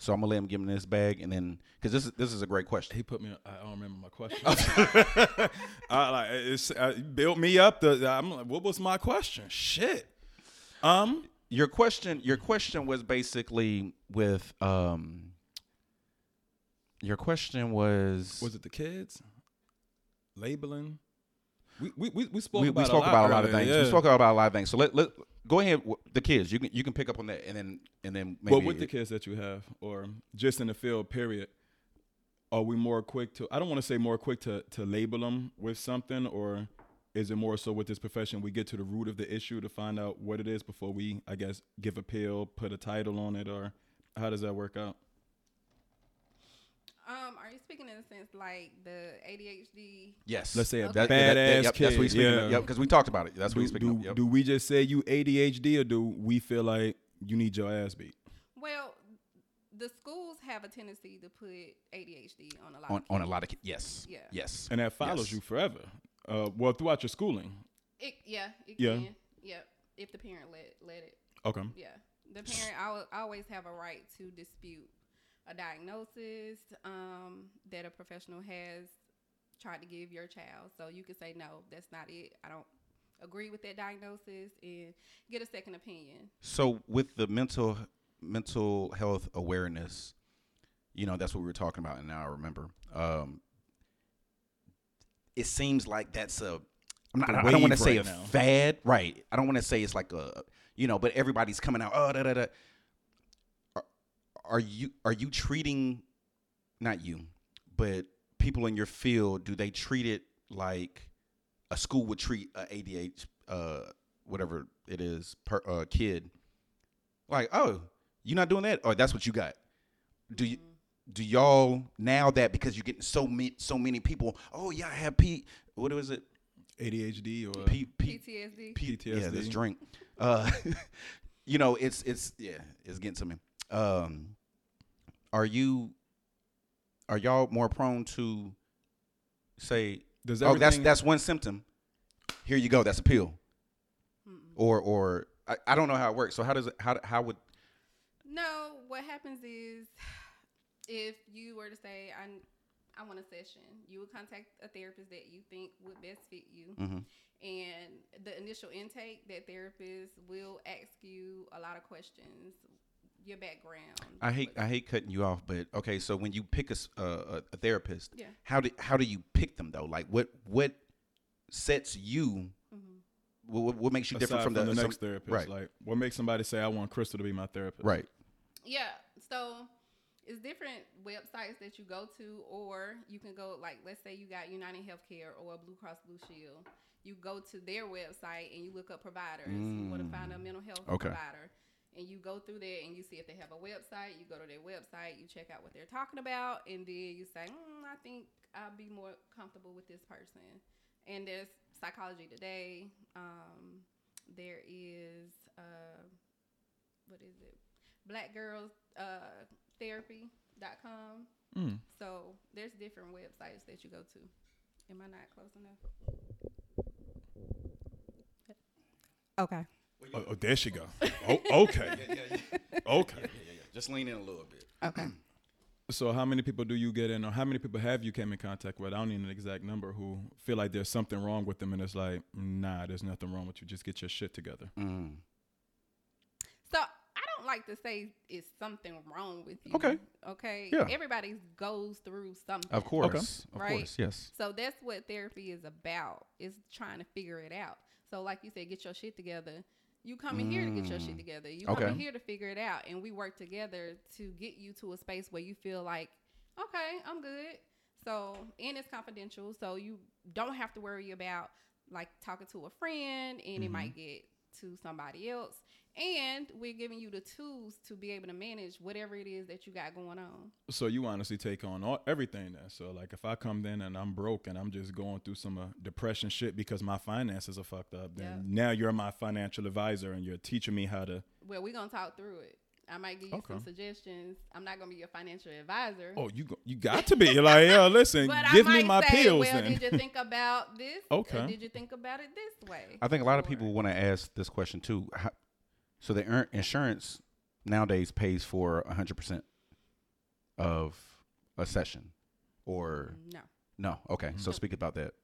A: so I'm gonna let him give him this bag, and then because this is this is a great question.
B: He put me. I don't remember my question. I like it's, uh, built me up. The I'm like, what was my question? Shit. Um.
A: Your question, your question was basically with, um, your question was,
B: Was it the kids? Labeling. We we we, we spoke
A: we,
B: about
A: we spoke
B: a lot
A: about a lot of
B: earlier,
A: things.
B: yeah.
A: We spoke about a lot of things. So let let go ahead. w- The kids, you can you can pick up on that, and then and then maybe
B: Well, with the kids that you have, or just in the field, period, are we more quick to? I don't want to say more quick to to label them with something, or is it more so with this profession we get to the root of the issue to find out what it is before we, I guess, give a pill, put a title on it, or how does that work out?
C: um, are you speaking in a sense like the ADHD?
A: yes,
B: Let's say a
A: That- that- that- yep,
B: badass
A: That's what we
B: kid,
A: speaking.
B: yeah.
A: Of, yep, because we talked about it. That's what
B: do,
A: we speaking.
B: do,
A: of, yep.
B: do we just say you ADHD, or do we feel like you need your ass beat?
C: Well, the schools have a tendency to put ADHD on a lot.
A: on,
C: of
A: on a
C: kids.
A: lot of ki- yes
C: Yeah.
A: yes
B: And that follows
A: Yes.
B: you forever. Uh, well, throughout your schooling.
C: It, yeah. It
B: Yeah.
C: Can. Yep. If the parent let let it.
B: Okay.
C: Yeah, the parent al- always have a right to dispute a diagnosis um, that a professional has tried to give your child. So you can say no, that's not it. I don't agree with that diagnosis, and get a second opinion.
A: so with the mental mental health awareness you know that's what we were talking about and now i remember um it seems like that's a I'm not,
B: The
A: i don't want to
B: wave
A: say
B: right
A: a
B: now.
A: fad right i don't want to say it's like a you know but everybody's coming out oh da da da are, are you are you treating not you but people in your field do they treat it like a school would treat a ADH uh whatever it is per uh, kid like oh you're not doing that or that's what you got do you do y'all now that because you're getting so many so many people oh yeah I have P what was it
B: ADHD or
A: P,
C: Mm-hmm.
A: P,
C: PTSD.
A: P- yeah this
B: PTSD.
A: drink uh you know it's it's yeah it's getting to me um are you are y'all more prone to say
B: does
A: oh that's
B: everything-
A: that's one symptom here you go that's a pill
C: Mm-mm.
A: or or I, I don't know how it works so how does it how how would
C: No, what happens is if you were to say I I want a
A: Mm-hmm.
C: session, you would contact a therapist that you think would best fit you.
A: Mhm.
C: and the initial intake, that therapist will ask you a lot of questions, your background.
A: I hate
C: what-
A: I hate cutting you off, but okay. So when you pick a s- a, a- a therapist,
C: Yeah.
A: how do how do you pick them though? Like what what sets you?
C: Mhm.
A: What, what makes you different
B: Aside
A: from the, some-
B: next therapist.
A: right.
B: Like, what makes somebody say, "I want Crystal to be my therapist"?
A: Right.
C: Yeah. So it's different websites that you go to, or you can go like let's say you got United Healthcare or Blue Cross Blue Shield. You go to their website and you look up providers. You want to find a
A: Mm.
C: mental health
A: Okay.
C: provider. And you go through there and you see if they have a website. You go to their website, you check out what they're talking about, and then you say, mm, I think I'll be more comfortable with this person. And there's Psychology Today. Um, there is, uh, what is it? Black Girls uh, Therapy.com.
B: Mm.
C: So there's different websites that you go to. Am I not close enough? Okay.
B: Oh, oh, there she go. Oh, okay, okay.
A: Just lean in a little bit.
C: Okay.
B: So, how many people do you get in, or how many people have you came in contact with? I don't need an exact number who feel like there's something wrong with them, and it's like, nah, there's nothing wrong with you. Just get your shit together.
A: Mm.
C: So I don't like to say it's something wrong with you.
A: Okay.
C: Okay.
A: Yeah.
C: Everybody goes through something.
A: Of course. Of
C: Right.
A: course. Yes.
C: So that's what therapy is about. Is trying to figure it out. So like you said, get your shit together. You come in here to get your
A: Mm.
C: shit together. You
A: Okay.
C: come in here to figure it out, and we work together to get you to a space where you feel like, okay, I'm good. So and it's confidential, so you don't have to worry about like talking to a friend, and it
B: Mhm.
A: Mm-hmm.
C: might get to somebody else. And we're giving you the tools to be able to manage whatever it is that you got going on.
B: So you honestly take on all, everything then. So like if I come in and I'm broke and I'm just going through some uh, depression shit because my finances are fucked up, then
C: Yeah.
B: now you're my financial advisor and you're teaching me how to.
C: Well, we're gonna talk through it. I might give you some
B: Okay.
C: suggestions. I'm not gonna be your financial advisor.
B: Oh, you go, you got to be like, yeah, listen,
C: but
B: give
C: I might
B: me my
C: say,
B: pills
C: Well,
B: then.
C: did you think about this?
B: Okay.
C: Or did you think about it this way?
A: I think a lot of
C: Or-
A: people want to ask this question too. How, so the ear- insurance nowadays pays for 100% of a session or
C: No.
A: no. Okay. So
C: Mhm.
A: speak about that.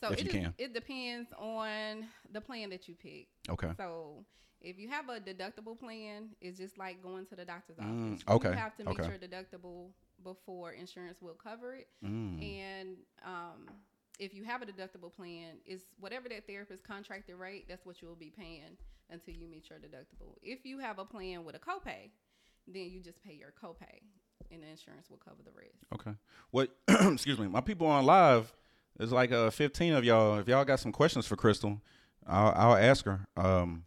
C: So
A: If
C: it,
A: you
C: is-
A: can.
C: it depends on the plan that you pick.
A: Okay.
C: So if you have a deductible plan, it's just like going to the doctor's
A: Mm,
C: office.
A: okay,
C: You have to meet
A: okay.
C: your deductible before insurance will cover it.
A: Mm.
C: And um, if you have a deductible plan, it's whatever that therapist contracted rate, that's what you will be paying until you meet your deductible. If you have a plan with a copay, then you just pay your copay and the insurance will cover the rest.
A: Okay. What? excuse me. My people on live. There's like uh 15 of y'all. If y'all got some questions for Crystal, I'll, I'll ask her. Um,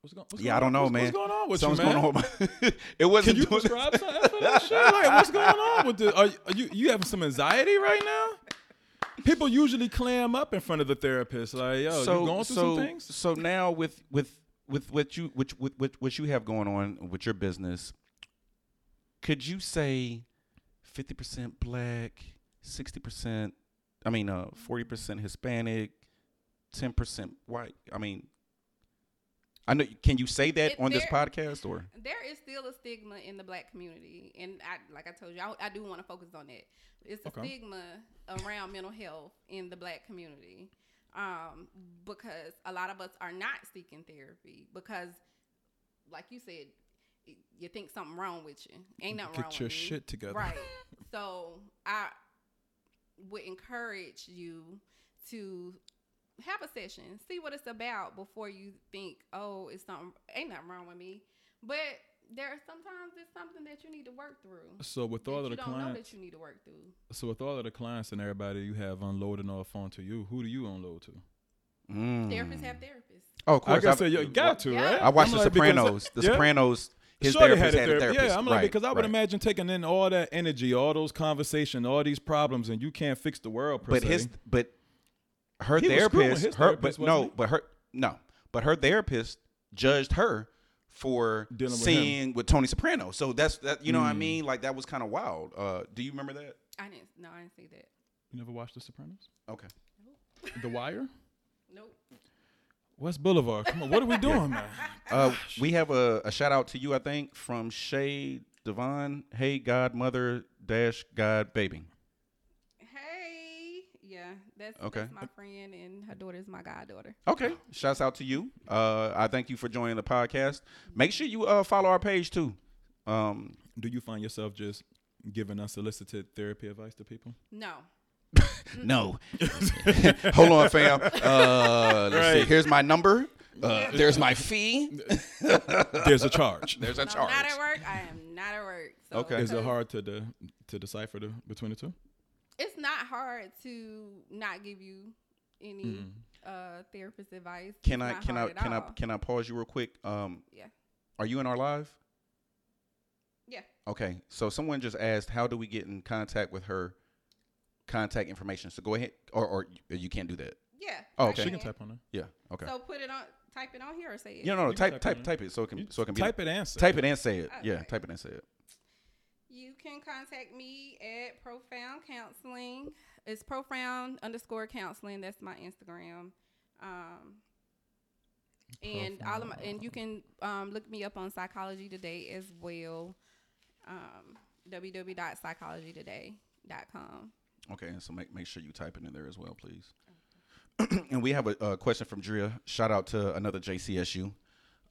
B: What's go- what's
A: yeah, I don't know,
B: on?
A: man.
B: What's, what's
A: Something's
B: going on with you, man?
A: going on. with- it wasn't
B: Can you
A: doing-
B: prescribe something for that shit? Like, what's going on with this? Are, you- are you you having some anxiety right now? People usually clam up in front of the therapist. Like, yo, you going through
A: so,
B: some things?
A: So now with with with what you which with, with what you have going on with your business, could you say fifty percent black, sixty percent I mean uh forty percent Hispanic, ten percent white? I mean I know can you say that
C: If
A: on this
C: there-
A: podcast or
C: There is still a stigma in the black community, and I, like I told you, I, I do want to focus on that. It's a
B: Okay.
C: stigma around mental health in the black community um, because a lot of us are not seeking therapy because, like you said, y- you think something wrong with you. Ain't nothing wrong
B: Get your
C: with me.
B: shit together.
C: Right. so I would encourage you to have a session, see what it's about before you think, oh, it's something ain't nothing wrong with me. But there are sometimes it's something that you need to work through.
B: So with all
C: that
B: of
C: you
B: the
C: don't know
B: clients,
C: that you need to work through.
B: so with all of the clients and everybody you have unloading off onto you, who do you unload to?
A: Mm.
C: Therapists have therapists.
A: Oh, of
B: I
A: course.
B: guess I
A: I've-
B: say, yo, you got to,
C: Yeah.
B: right?
A: I watched
B: I'm
A: The
B: like, because-
A: Sopranos. The
B: yeah.
A: Sopranos. His
B: Shorty
A: therapist had a therapist.
B: Yeah, I'm like,
A: right,
B: because I would
A: right.
B: imagine taking in all that energy, all those conversation, all these problems, and you can't fix the world per
A: but
B: se.
A: his but her
B: He was screwing
A: therapist
B: his
A: her
B: therapist,
A: but
B: wasn't
A: no
B: he?
A: but her no but her therapist judged her for
B: Dealing with him. Hmm.
A: seeing with, Tony Soprano so that's that you know what I mean like that was kind of wild uh do you remember that
C: I didn't no, I didn't see that.
B: you never watched The Sopranos?
A: okay
B: The Wire?
C: Nope.
B: West Boulevard. Come on, what are we doing, man?
A: uh we have a, a shout out to you I think from Shay Devon hey godmother dash god baby
C: Hey. Yeah. that's
A: Okay.
C: that's my friend, and her daughter's my goddaughter.
A: Okay. Shouts out to you. Uh, I thank you for joining the podcast. Make sure you uh, follow our page too. Um,
B: Do you find yourself just giving unsolicited therapy advice to people?
C: No,
A: no. Hold on, fam. Uh, let's see.
B: Right.
A: Here's my number. Uh, there's my fee.
B: There's a charge.
A: There's a
C: When
A: charge.
C: I'm not at work. I am not at work. So
A: Okay.
B: Is it
C: because
B: hard to de- to decipher the, between the two?
C: It's not hard to not give you
A: Mm-hmm.
C: any
B: Mm-hmm.
C: uh, therapist advice.
A: Can
C: It's
A: I
C: not
A: can I
C: hard at
A: can I
C: all.
A: can I pause you real quick? Um,
C: Yeah.
A: Are you in our live?
C: Yeah.
A: Okay. So someone just asked, how do we get in contact with her? Contact information. So go ahead, or or you, you can't do that.
C: Yeah.
A: Oh,
C: I
A: okay.
B: She can type on it.
A: Yeah. Okay.
C: So put it on. Type it on here or say
A: you
C: it.
A: no, no.
B: You can
A: Type type
B: type it in.
A: type it so it can so it can be
B: type it answer.
A: Type it and say it. Yeah,
C: Okay.
A: type it and say it.
C: You can contact me at Profound Counseling. It's Profound underscore Counseling. That's my Instagram. Um, and all of my, and you can um, look me up on Psychology Today as well. Um, www.psychologytoday.com.
A: Okay, and so make make sure you type it in there as well, please. and we have a, a question from Drea. Shout out to another JCSU.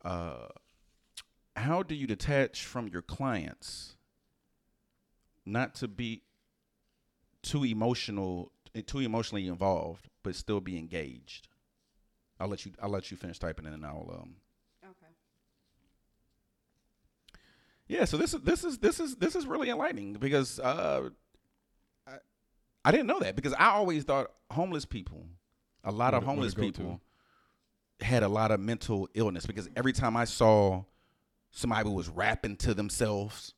A: Uh, how do you detach from your clients? Not to be too emotional, eh, too emotionally involved, but still be engaged. I'll let you. I'll let you finish typing in, and I'll um,
C: Okay.
A: Yeah, so this is this is this is this is really enlightening because uh, I, I didn't know that because I always thought homeless people, a lot
B: Were
A: of
B: the- were the
A: homeless
B: go-to.
A: people, had a lot of mental illness because every time I saw somebody who was rapping to themselves,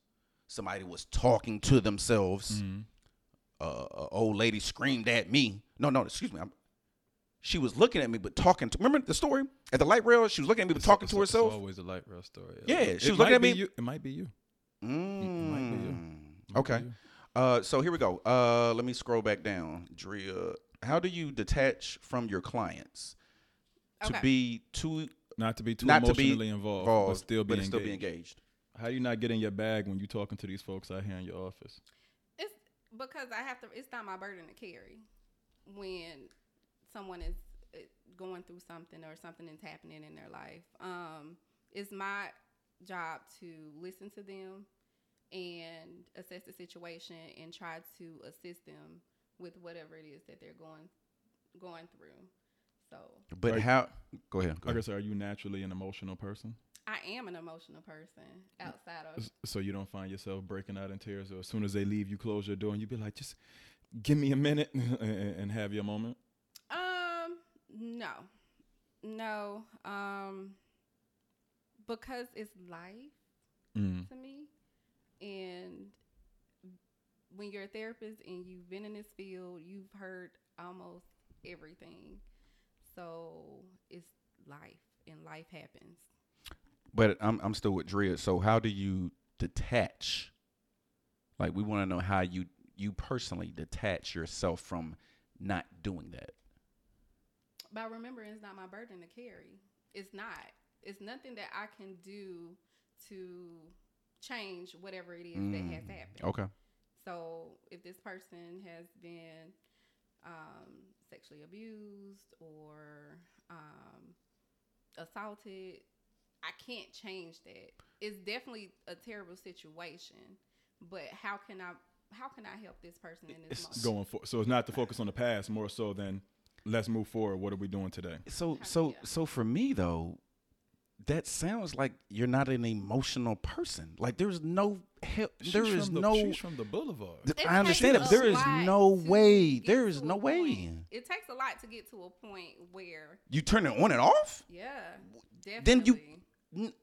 A: somebody was talking to themselves,
B: Mhm.
A: uh, a old lady screamed at me. No, no, excuse me. I'm, she was looking at me but talking to. Remember the story at the light rail? She was looking at me but
B: It's-
A: talking
B: it's-
A: to herself.
B: It's always a light rail story.
A: Yeah,
B: Like,
A: she
B: it
A: was looking
B: might
A: at
B: be
A: me-
B: You, it might be you. might be you.
A: Mm.
B: Might be
A: Okay.
B: you.
A: Uh, so here we go. Uh, let me scroll back down. Drea, how do you detach from your clients to
C: Okay.
A: be too
B: Not to be too
A: Not to be
B: emotionally involved,
A: involved,
B: but still be
A: but
B: engaged.
A: still be engaged?
B: How do you not get in your bag when you talking to these folks out here in your office?
C: It's because I have to. It's not my burden to carry when someone is uh, going through something or something is happening in their life. Um, it's my job to listen to them and assess the situation and try to assist them with whatever it is that they're going going through. So
A: But
B: Right.
A: how? Go ahead. Go
B: I
A: ahead.
B: guess are you naturally an emotional person?
C: I am an emotional person outside of
B: S- So you don't find yourself breaking out in tears, or as soon as they leave, you close your door and you be like, just give me a minute and, and have your moment.
C: Um, no, no. Um, because it's life
B: Mm.
C: to me, and when you're a therapist and you've been in this field, you've heard almost everything. So it's life, and life happens.
A: But I'm I'm still with Drea. So how do you detach? Like we want to know how you you personally detach yourself from not doing that.
C: But remembering it's not my burden to carry. It's not. It's nothing that I can do to change whatever it is that has
A: Mm,
C: happened.
A: Okay.
C: So if this person has been um, sexually abused or um, assaulted, I can't change that. It's definitely a terrible situation, but how can I? How can I help this person in this
A: It's
C: moment?
B: Going for so it's not to focus on the past more so than let's move forward. What are we doing today?
A: So
C: How-
A: so
C: yeah.
A: so for me though, that sounds like you're not an emotional person. Like there's no help. There
B: She's
A: is
B: from the-
A: no.
B: she's from the boulevard.
A: Th-
C: It
A: I understand it,
C: takes
A: but there
C: a
A: is
C: lot
A: no
C: to
A: way.
C: get
A: There is
C: to a
A: no way.
C: point. It takes a lot to get to a point where,
A: You turn it on and off?
C: yeah, definitely.
A: Then you- N-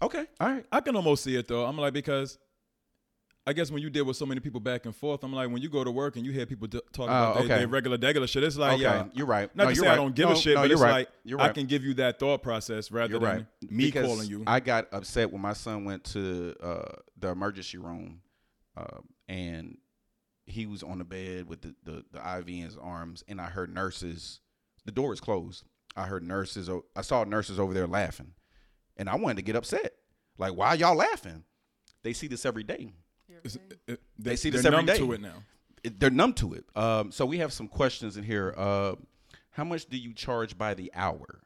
A: Okay, all right.
B: I can almost see it though. I'm like because I guess when you deal with so many people back and forth, I'm like when you go to work and you hear people d- talk about
A: Oh,
B: their,
A: okay.
B: their regular degular shit. It's like
A: okay,
B: yeah,
A: you're right.
B: not
A: no,
B: to
A: you're
B: say
A: right.
B: I don't give
A: no,
B: a shit,
A: no,
B: but
A: you're
B: it's
A: right.
B: like
A: you're
B: I
A: right.
B: can give you that thought process rather
A: you're
B: than
A: right.
B: me
A: Because
B: calling you.
A: I got upset when my son went to uh, the emergency room, uh, and he was on the bed with the, the the IV in his arms, and I heard nurses. The door is closed. I heard nurses. o- I saw nurses over there laughing, and I wanted to get upset. Like, why y'all laughing? They see this every day.
C: Every
B: It's-
C: day.
B: it- they
A: see
B: they're
A: this every
B: numb
A: day.
B: to it now.
A: it- they're numb to it. Um, so we have some questions in here. Uh, how much do you charge by the hour?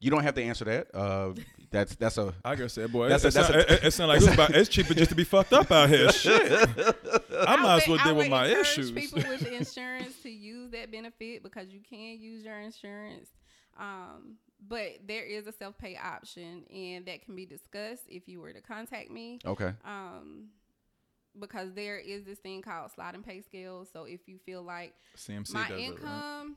A: You don't have to answer that. Uh, that's that's a
B: I guess that boy.
A: That's
B: That's
A: a-
B: it,
A: that's
B: sound-
A: a-
B: it- it sound like it's, about, it's cheaper just to be fucked up out here. Shit, I might as
C: would-
B: well deal
C: I
B: with
C: would
B: my
C: encourage
B: issues.
C: People with insurance to use that benefit because you can use your insurance. Um, but there is a self pay option, and that can be discussed if you were to contact me.
A: okay.
C: Um, because there is this thing called sliding pay scales. So if you feel like
B: CMC
C: my
B: does it. Right?
C: income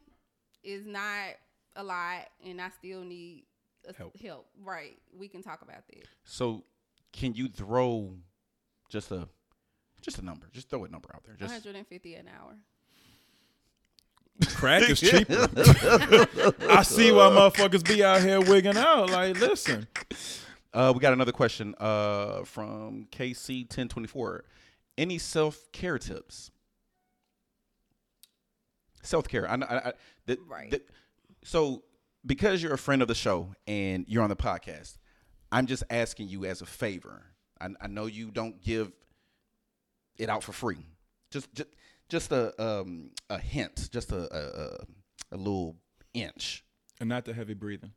C: is not a lot, and I still need a-
B: Help.
C: help, right? We can talk about that.
A: So can you throw just a just a number? Just throw a number out there.
C: One
A: Just
C: hundred and fifty an hour.
B: Crack is cheaper. I see why motherfuckers be out here wigging out. Like, listen,
A: uh, we got another question uh, from KC ten twenty four. Any self care tips? Self care. I, kn- I, I the,
C: Right.
A: the- so because you're a friend of the show and you're on the podcast, I'm just asking you as a favor. I, I know you don't give it out for free. Just just just a um, a hint, just a a, a, a little inch.
B: and not the heavy breathing.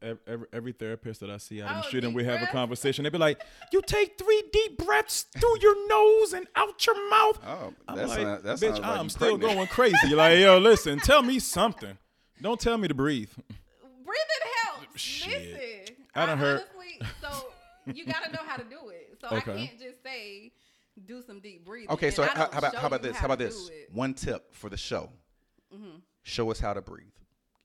B: Ev- Every, every therapist that I see out in the
C: Oh,
B: street and
C: deep
B: we have
C: breath?
B: a conversation, they be like, "You take three deep breaths through your nose and out your mouth."
A: Oh,
B: I'm
A: that's
B: like,
A: not- that
B: bitch,
A: sounds like
B: I'm
A: you
B: still
A: pregnant."
B: going crazy. Like, yo, listen, tell me something. Don't tell me to breathe.
C: Breathing helps.
B: Oh, Shit.
C: Listen,
B: I done heard-
C: Honestly, so you gotta know how to do it. So I
B: Okay.
C: can't just say do some deep breathing.
A: Okay, so
C: and I
A: how,
C: don't
A: how about
C: show
A: how about
C: you
A: this? How about
C: to
A: this?
C: do it. Mm-hmm.
A: One tip for the show: show us how to breathe.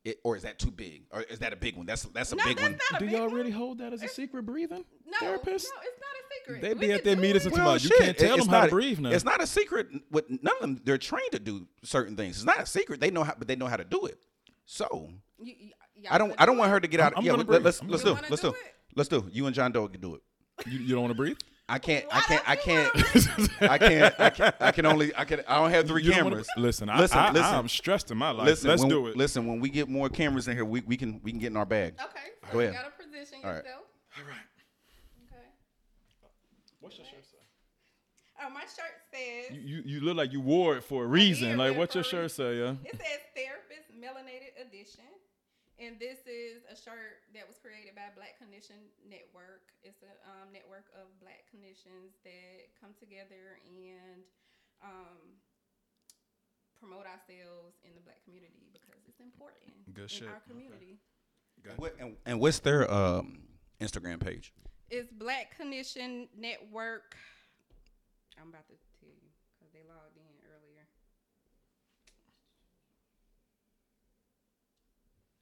A: It, or is that too big? Or is that a big one? That's that's a
C: No,
A: big
C: that's
A: one.
C: not a
B: Do
C: big
B: y'all
C: one.
B: really hold that as a secret breathing?
C: no,
B: Therapist?
C: No, it's not a secret.
B: They
C: We
B: be
C: can
B: at their
C: do
B: meetings
C: it.
B: and Well, you can't tell
A: it's
B: them how to
A: not-
B: breathe now.
A: It's not a secret. With none of them, they're trained to do certain things. It's not a secret. They know how, but they know how to do it. So
C: You- you- y'all
A: I don't.
C: wanna
A: I
C: do
A: don't want
C: it?
A: her to get out.
B: I'm
A: yeah,
B: gonna
A: let, us
B: breathe.
A: let's
B: I'm
A: let's do.
C: gonna- You wanna
A: Let's
C: do
A: do.
C: it?
A: Let's do. You and John Doe can do it.
B: You, you don't want to breathe?
A: I can't. I
C: Why
A: can't. I
C: don't you
A: can't.
C: wanna
A: I can't. I can't. I can only. I can. I don't have three
B: You don't wanna
A: cameras.
B: breathe? listen, I, I, I'm stressed in my life.
A: Listen,
B: Let's
A: when,
B: do it.
A: Listen, when we get more cameras in here, we, we can we can get in our bag.
C: Okay, so
A: Go
C: you
A: ahead.
C: gotta position
A: All right.
C: yourself.
B: All right.
C: Okay.
B: What's your shirt say?
C: Oh, my shirt says
B: You, you, you look like you wore it for a reason.
C: did wear
B: Like,
C: it
B: what's
C: for
B: your
C: a
B: shirt say, yeah?
C: It says Therapist Melanated Edition. And this is a shirt that was created by Black Condition Network. It's a um, network of black conditions that come together and um, promote ourselves in the black community because it's important
B: Good
C: in
B: shit.
C: our
B: Okay.
C: community.
A: What- and, and what's their um, Instagram page?
C: It's Black Condition Network. I'm about to tell you because they logged in earlier.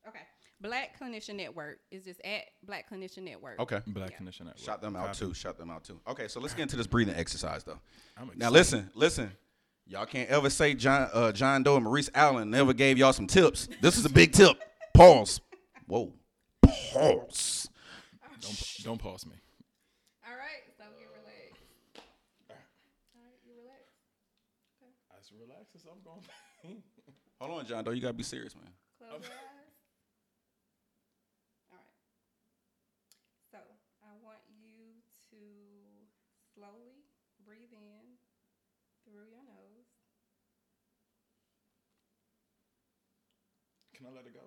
C: Okay. Black Clinician Network is just at Black Clinician Network.
A: Okay.
B: Black
C: Yeah.
B: condition at work.
A: Shout them out
B: Copy.
A: too. Shout them out too. Okay, so let's get into this breathing exercise though.
B: I'm
A: Now
B: excited.
A: listen, listen. Y'all can't ever say John uh, John Doe and Maurice Allen never gave y'all some tips. This is a big tip. Pause. Whoa. Pause.
B: Don't, don't pause me.
C: All right. So you relax. All right. You relax.
B: I just relax as I'm going.
A: Hold on, John Doe. You gotta be serious, man.
C: Close your eyes. All right. So I want you to slowly breathe in through your nose.
B: Can I let it go?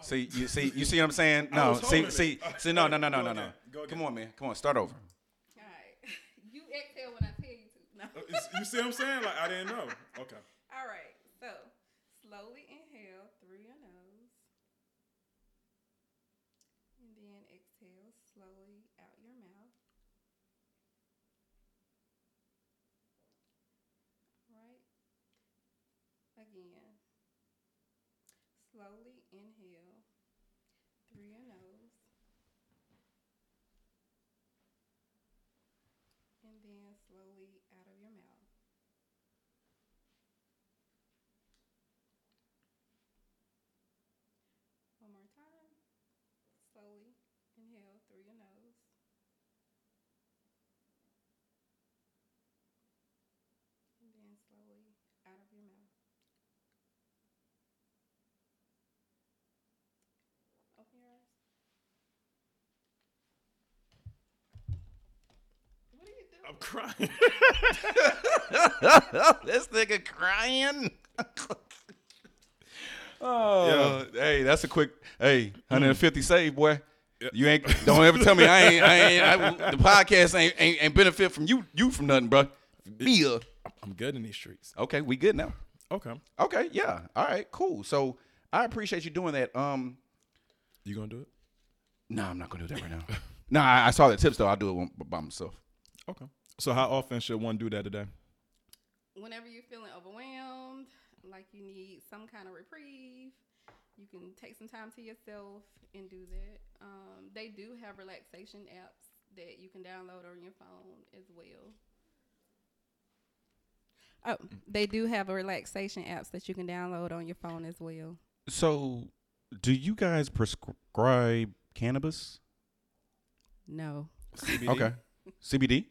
A: See, you see, you see what I'm saying?
B: I
A: No,
B: was
A: see,
B: holding it.
A: see, see, no, no, no, no,
B: Go
A: no, no.
B: again. Go
A: Come
B: again.
A: on, man. Come on, start over.
C: All right. you exhale when I tell you to. No.
B: Uh, You see what I'm saying? Like, I didn't know. Okay.
C: All right. So slowly inhale through your nose. And then exhale slowly out your mouth. Right. Again. Slowly inhale through your nose. And then slowly out of your mouth. One more time. Slowly inhale through your nose. And then slowly out of your mouth. Open your eyes. What are you doing?
B: I'm crying.
A: this nigga crying. oh, hey, that's a quick. Hey, 150 save, boy. You ain't. Don't ever tell me I ain't. I ain't. I, the podcast ain't, ain't ain't benefit from you. You from nothing, bro. Me uh,
B: I'm good in these streets.
A: Okay, we good now.
B: Okay.
A: Okay, yeah. All right, cool. So I appreciate you doing that. Um,
B: You gonna do it?
A: no, I'm not gonna do that right now. no, I, I saw the tips though. I'll do it one- by myself.
B: Okay. So how often should one do that today?
C: Whenever you're feeling overwhelmed, like you need some kind of reprieve, you can take some time to yourself and do that. Um, they do have relaxation apps that you can download on your phone as well. Oh, they do have a relaxation apps that you can download on your phone as well.
A: So, do you guys prescribe cannabis?
C: No.
B: CBD?
A: Okay, CBD.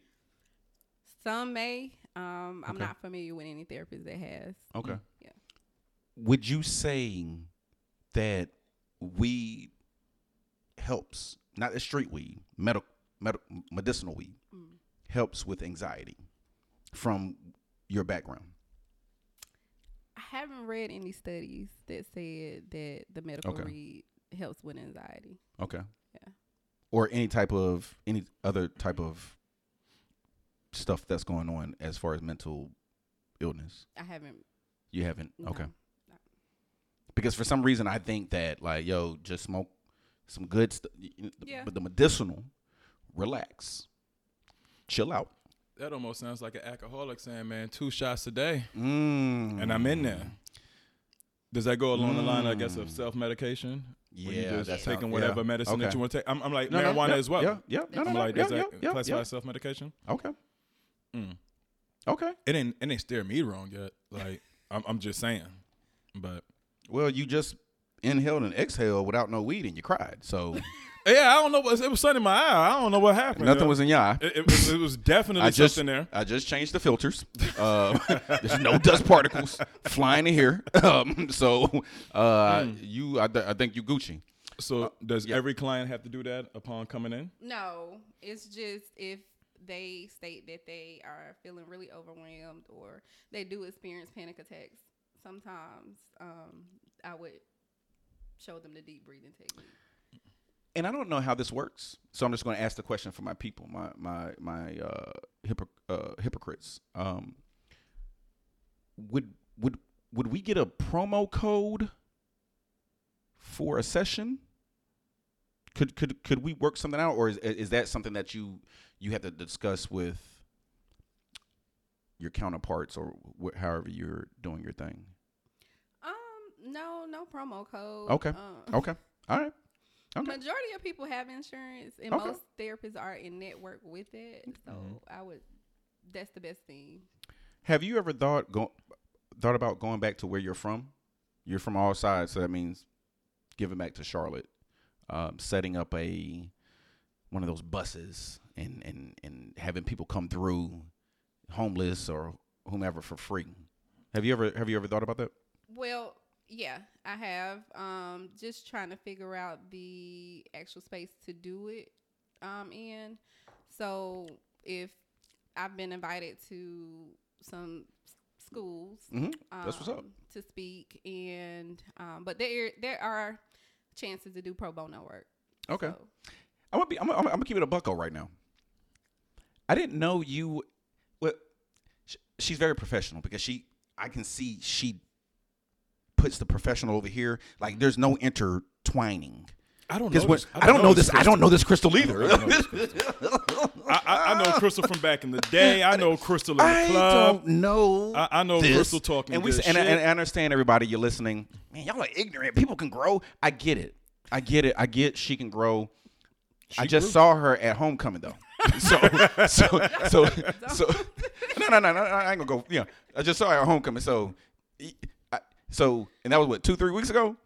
C: Some may. Um, I'm
A: Okay.
C: not familiar with any therapist that has.
A: Okay.
C: Yeah.
A: Would you say that weed helps, not the street weed, medical, med- medicinal weed,
C: Mm.
A: helps with anxiety from your background?
C: I haven't read any studies that said that the medical
A: Okay.
C: read helps with anxiety.
A: Okay.
C: Yeah.
A: Or any type of any other type of stuff that's going on as far as mental illness.
C: I haven't.
A: You haven't.
C: no.
A: Okay. Because for some reason I think that like yo just smoke some good stuff,
C: Yeah.
A: but the medicinal, relax, chill out.
B: That almost sounds like an alcoholic saying, man, two shots a day
A: Mm.
B: and I'm in there. Does that go along the line, I guess,
A: Mm.
B: of self medication? Where you
A: Yeah,
B: just
A: that
B: taking
A: sound-
B: whatever
A: yeah.
B: medicine that
A: Okay.
B: you want to take. I'm, I'm like
A: No, no,
B: marijuana
A: yeah,
B: as well.
A: Yeah, yeah. No, no,
B: I'm
A: no,
B: like,
A: yeah,
B: does that
A: yeah, yeah,
B: classify
A: yeah.
B: as self medication?
A: Okay.
B: Mm.
A: Okay.
B: It ain't it ain't steer me wrong yet. Like I'm, I'm just saying, but
A: Well, you just inhaled and exhaled without no weed and you cried. So
B: yeah, I don't know. What, it was sun in my eye. I don't know what happened.
A: nothing
B: yo.
A: was in your eye.
B: It, it was, it was definitely
A: I just
B: something there.
A: I just changed the filters. Uh, there's no dust particles flying in here. Um, so uh,
B: Mm.
A: you, I, th- I think you Gucci.
B: So does
A: Uh, yeah.
B: every client have to do that upon coming in?
C: No, it's just if they state that they are feeling really overwhelmed or they do experience panic attacks. Sometimes um, I would show them the deep breathing technique.
A: And I don't know how this works, so I'm just going to ask the question for my people, my my my uh, hypocr- uh, hypocrites. Um, would would would we get a promo code for a session? Could could could we work something out, or is is that something that you you have to discuss with your counterparts, or wh- however you're doing your thing?
C: Um, no, no promo code.
A: Okay.
C: Um,
A: Okay, all right. Okay.
C: Majority of people have insurance, and
A: Okay. Mm-hmm.
C: most therapists are in network with it. So I would, that's the best thing.
A: Have you ever thought go, thought about going back to where you're from? You're from all sides, so that means giving back to Charlotte, um, setting up a one of those buses and and and having people come through, homeless or whomever for free. Have you ever have you ever thought about that?
C: Well, yeah, I have. Um, just trying to figure out the actual space to do it um, in. So if I've been invited to some s- schools,
A: Mm-hmm.
C: um,
A: That's what's up.
C: to speak, and um, but there there are chances to do pro bono work.
A: Okay.
C: So,
A: I'm gonna be. I'm, gonna- I'm, gonna- I'm gonna keep it a bucko right now. I didn't know you. Well, sh- she's very professional because she. I can see she puts the professional over here. Like there's no intertwining.
B: I don't
A: Because what I don't know this. I don't know this crystal either.
B: don't know this I, I, I know Crystal from back in the day. I know Crystal in the
A: I
B: club.
A: don't know.
B: I- I know
A: this.
B: Crystal talking
A: and we
B: good
A: s- and, I-
B: shit.
A: and I understand everybody. You're listening. Man, y'all are ignorant. People can grow. I get it. I get it. I get she can grow. I just saw her at homecoming though. so so so so no no no no I ain't gonna go. Yeah, I just saw her at homecoming. So I, so and that was what two three weeks ago.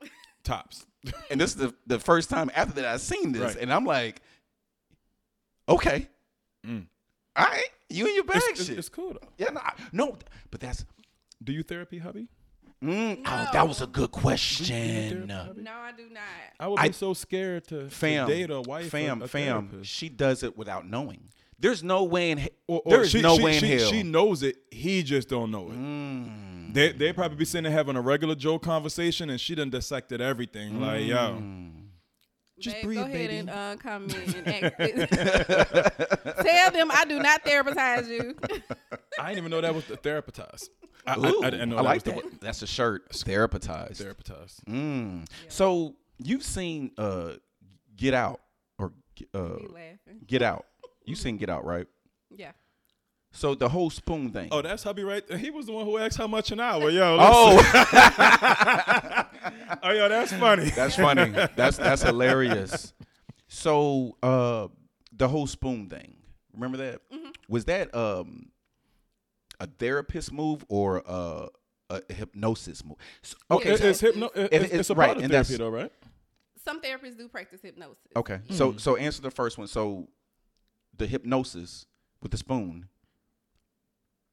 B: Tops.
A: And this is the, the first time after that I've seen this,
B: Right.
A: and I'm like, okay,
B: Mm.
A: all right, you and your bag
B: It's, it's-
A: shit.
B: it's cool though.
A: yeah, no, I- no, but that's
B: Do you therapy, hubby?
A: mm, oh, that was a good question.
B: therapy?
C: no, I do not.
B: I would be
A: I-
B: so scared to, to
A: Fam,
B: date a wife. or
A: fam,
B: a
A: fam.
B: therapist.
A: She does it without knowing. There's no way in he-
B: Or, or
A: there's
B: she,
A: no
B: she-
A: way in
B: she-
A: hell.
B: She knows it. He just don't know it.
A: Mm.
B: They they probably be sitting there having a regular Joe conversation, and she done dissected everything. Like yo,
A: Mm.
B: Just
C: Babe,
B: breathe,
C: go ahead
B: baby.
C: and uh, comment and ask. Tell them I do not therapize you.
B: I didn't even know that was the therapist. I, I,
A: Ooh,
B: I didn't know
A: I
B: that
A: like
B: was
A: that. That's a shirt. Therapized.
B: the therapist.
A: Mm. So you've seen uh, Get Out or uh,
C: Be laughing.
A: Get Out. You've seen Get Out, right?
C: Yeah.
A: So the whole spoon thing.
B: Oh, that's hubby right. He was the one who asked how much an hour. Yo, listen.
A: Oh,
B: oh, yo, that's funny.
A: that's funny. That's that's hilarious. So uh, the whole spoon thing. Remember that? Was that um, a therapist move or a, a hypnosis move? So-
C: Yeah,
A: okay,
B: It-
A: so-
B: it's hypno. it- it's,
A: it's
B: it's a
A: right,
B: part of
A: and
B: therapy,
A: that's-
B: though, right?
C: Some therapists do practice hypnosis.
A: Okay. So so answer the first one. So the hypnosis with the spoon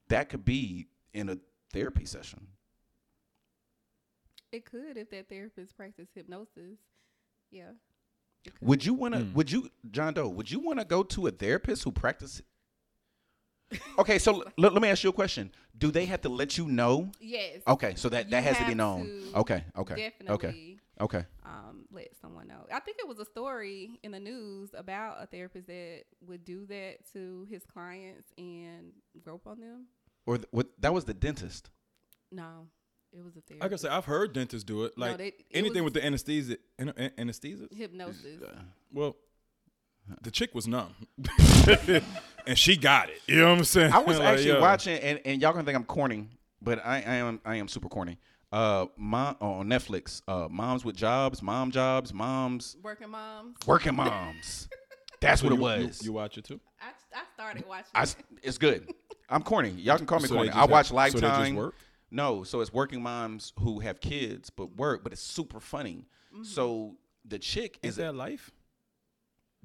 A: that could be in a therapy session.
C: It could if that therapist practice hypnosis. Yeah. It could.
A: Would you want to
B: Mm.
A: would you John Doe, would you want to go to a therapist who practice Okay, so l- let me ask you a question. Do they have to let you know?
C: yes.
A: Okay, so that,
C: You
A: that has to be
C: have
A: known.
C: to
A: Okay, Oh, okay.
C: Definitely.
A: Okay. Okay.
C: um, let someone know. I think it was a story in the news about a therapist that would do that to his clients and grope on them.
A: Or th- what that was the dentist.
C: No, it was a therapist.
B: I can say I've heard dentists do it.
C: No,
B: Like
C: they- it
B: anything with
C: was-
B: the anesthesia, an, an- anesthesia.
C: hypnosis.
B: Well, the chick was numb, and she got it. You know what I'm saying?
A: I was
B: Like,
A: actually
B: yo.
A: watching, and, and y'all gonna think I'm corny, but I, I am I am super corny. Uh, mom on Netflix. Uh, moms with jobs, mom jobs, moms
C: Working moms.
A: working moms. That's
B: So
A: what it
B: you- you-
A: was.
B: You, watch it too?
C: I, I started watching.
A: I s- it's good. I'm corny. Y'all can call me
B: So
A: corny.
B: they just
A: I watch
B: have- so they just
A: Lifetime.
B: work?
A: No, so it's working moms who have kids but work, but it's super funny. So the chick
B: Is
A: is
B: that life?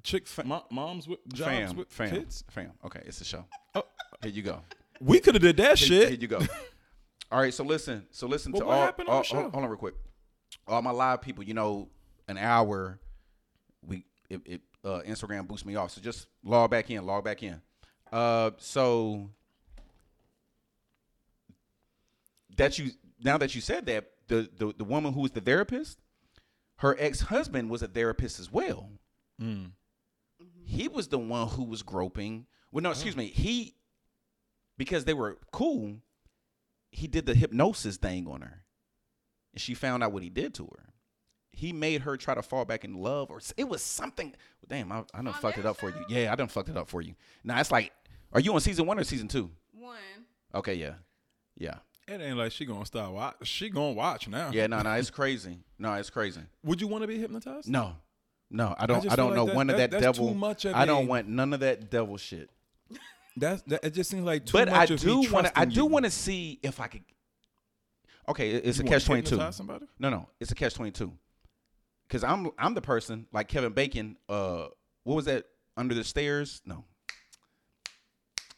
B: Chick, mo- moms with jobs
A: fam,
B: with
A: fam,
B: kids.
A: fam. Okay, it's a show.
B: Oh.
A: Here you go.
B: We could have did that
A: Here-
B: shit.
A: Here you go. all right, so listen. So listen
B: Well,
A: to
B: what
A: all.
B: happened on
A: all-
B: the show?
A: Hold, hold on, real quick. All my live people, you know, an hour. We it, it uh, Instagram boosts me off, so just log back in. Log back in. Uh, so that you now that you said that the the, the woman who was the therapist, her ex husband was a therapist as well.
B: Mm.
A: He was the one who was groping. Well, no, excuse me. He because they were cool, he did the hypnosis thing on her, and she found out what he did to her. He made her try to fall back in love, or s- it was something. Damn, I, I done fucked it
C: that
A: up for you. Yeah, I done fucked it up for you. Now it's like, are you on season one or season two?
C: one.
A: Okay, yeah, yeah,
B: It ain't like she gonna stop. Watch. She gonna watch now.
A: yeah. No, no, it's crazy. No, it's crazy.
B: Would you want to be hypnotized?
A: No, no, I don't.
B: just
A: I, don't know
B: feel like that-
A: one of that,
B: that- that's too
A: devil.
B: much of
A: I don't
B: a-
A: want none of that devil shit.
B: That's that. It just seems like too
A: but I
B: much of
A: do
B: me
A: want to. I
B: trusting
A: do
B: you.
A: want to see if I could. Okay, it- it's
B: You
A: a
B: wanna
A: catch twenty two.
B: hypnotize somebody?
A: No, no, it's a catch twenty two. Because I'm I'm the person like Kevin Bacon. Uh, what was that under the stairs? No,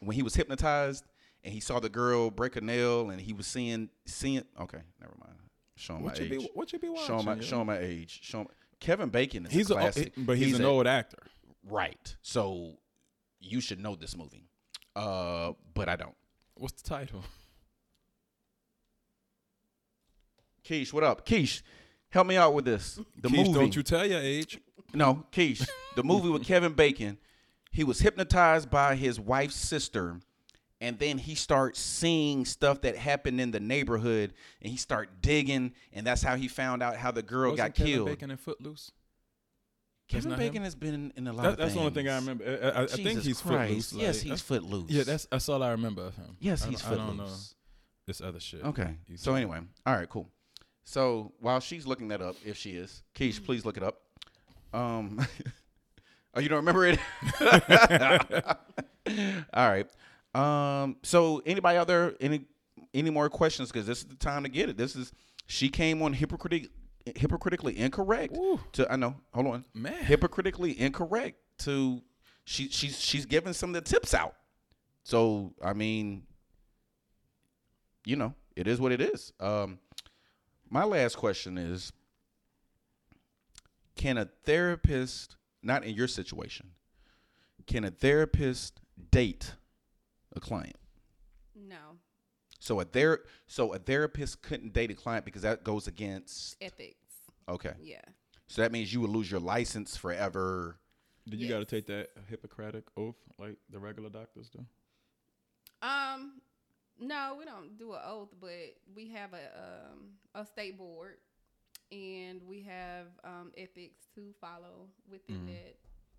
A: when he was hypnotized and he saw the girl break a nail and he was seeing seeing. Okay, never mind. Showing my
B: What you
A: age.
B: be? What you be watching?
A: showing my
B: yo?
A: showing my age. Showing Kevin Bacon is
B: He's
A: a
B: a, oh,
A: classic,
B: but he's, an
A: a-
B: old actor.
A: right. So you should know this movie. Uh, but I don't.
B: What's the title?
A: Keish, what up? Keish, help me out with this. The
B: Keith,
A: movie.
B: Don't you tell your age.
A: no, Keish. The movie with Kevin Bacon. He was hypnotized by his wife's sister, and then he starts seeing stuff that happened in the neighborhood, and he start digging, and that's how he found out how the girl
B: Wasn't
A: got
B: Kevin
A: killed.
B: Bacon and Footloose. That's
A: Kevin
B: not
A: Bacon
B: him?
A: has been in a lot
B: That-
A: of
B: that's the only thing I
A: things.
B: remember. I, I, I think
A: Jesus
B: he's
A: Christ.
B: Footloose.
A: Yes,
B: like,
A: he's
B: that's-
A: footloose.
B: Yeah, that's that's all I remember of him.
A: yes,
B: I
A: he's
B: don't-
A: footloose.
B: I don't know this other shit.
A: Okay.
B: He's-
A: So anyway, all right, cool. So while she's looking that up, if she is, Keish, please look it up. Um, oh, you don't remember it? all right. Um, so anybody out there, any any more questions? Because this is the time to get it. This is she came on hypocritic, hypocritically incorrect.
B: Woo.
A: To I know. Hold on.
B: man,
A: Hypocritically incorrect. To she she's she's giving some of the tips out. So I mean, you know, it is what it is. Um, my last question is: Can a therapist, not in your situation, can a therapist date a client.
C: No,
A: So a ther- so a therapist couldn't date a client because that goes against
C: ethics.
A: okay.
C: Yeah.
A: So that means you would lose your license forever.
B: Did you
C: Yes.
B: got to take that Hippocratic oath like the regular doctors do?
C: Um, no, we don't do an oath, but we have a um a state board, and we have um ethics to follow within
A: Mm-hmm.
B: Mhm.
C: that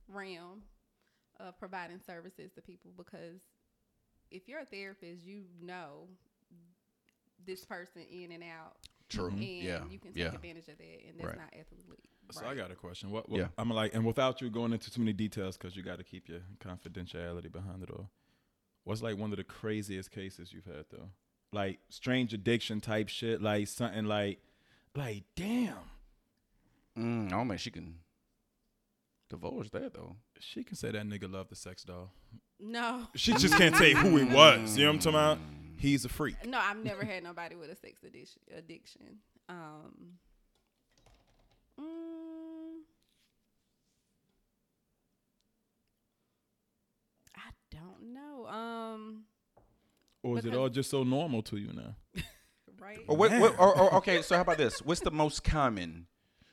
C: realm of providing services to people. Because if you're a therapist, you know this person in and out,
A: True.
B: Mhm.
C: and
A: Yeah.
C: you can take
A: yeah.
C: advantage of that, and that's
A: Right.
C: not ethically.
B: So I
C: right.
B: got a question. What, what
A: Yeah.
B: I'm like, and without you going into too many details, because you got to keep your confidentiality behind it all. What's like one of the craziest cases you've had though? Like strange addiction type shit. Like something like, like damn,
A: Mm, I don't think she can divulge that though.
B: she can say that nigga loved the sex doll.
C: no.
B: She just can't tell you who he was. You know what I'm talking about? He's a freak.
C: No, I've never had nobody with a sex addiction. Addiction. Um, mm, I don't know. Um,
B: Or is it
C: Because-
B: all just so normal to you now?
C: right?
A: Or what? what or, or okay. So how about this? What's the most common?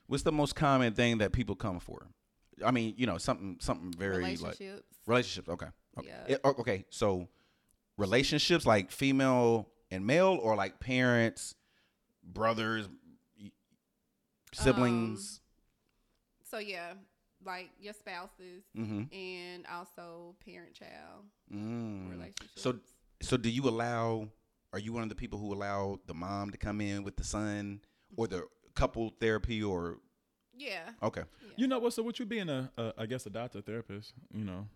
A: What's the most common thing that people come for? I mean, you know, something something very like
C: relationships.
A: relationships. Okay. Okay.
C: Yeah.
A: It- o- okay. So relationships like female and male, or like parents, brothers, y-
C: Um,
A: siblings.
C: so yeah, like your spouses
A: hmm
C: and also parent-child
A: Mm.
C: relationships.
A: So so do you allow? Are you one of the people who allow the mom to come in with the son, or the couple therapy, or
C: yeah,
A: okay?
B: You know what? So, what you being a, a I guess a doctor therapist, you know,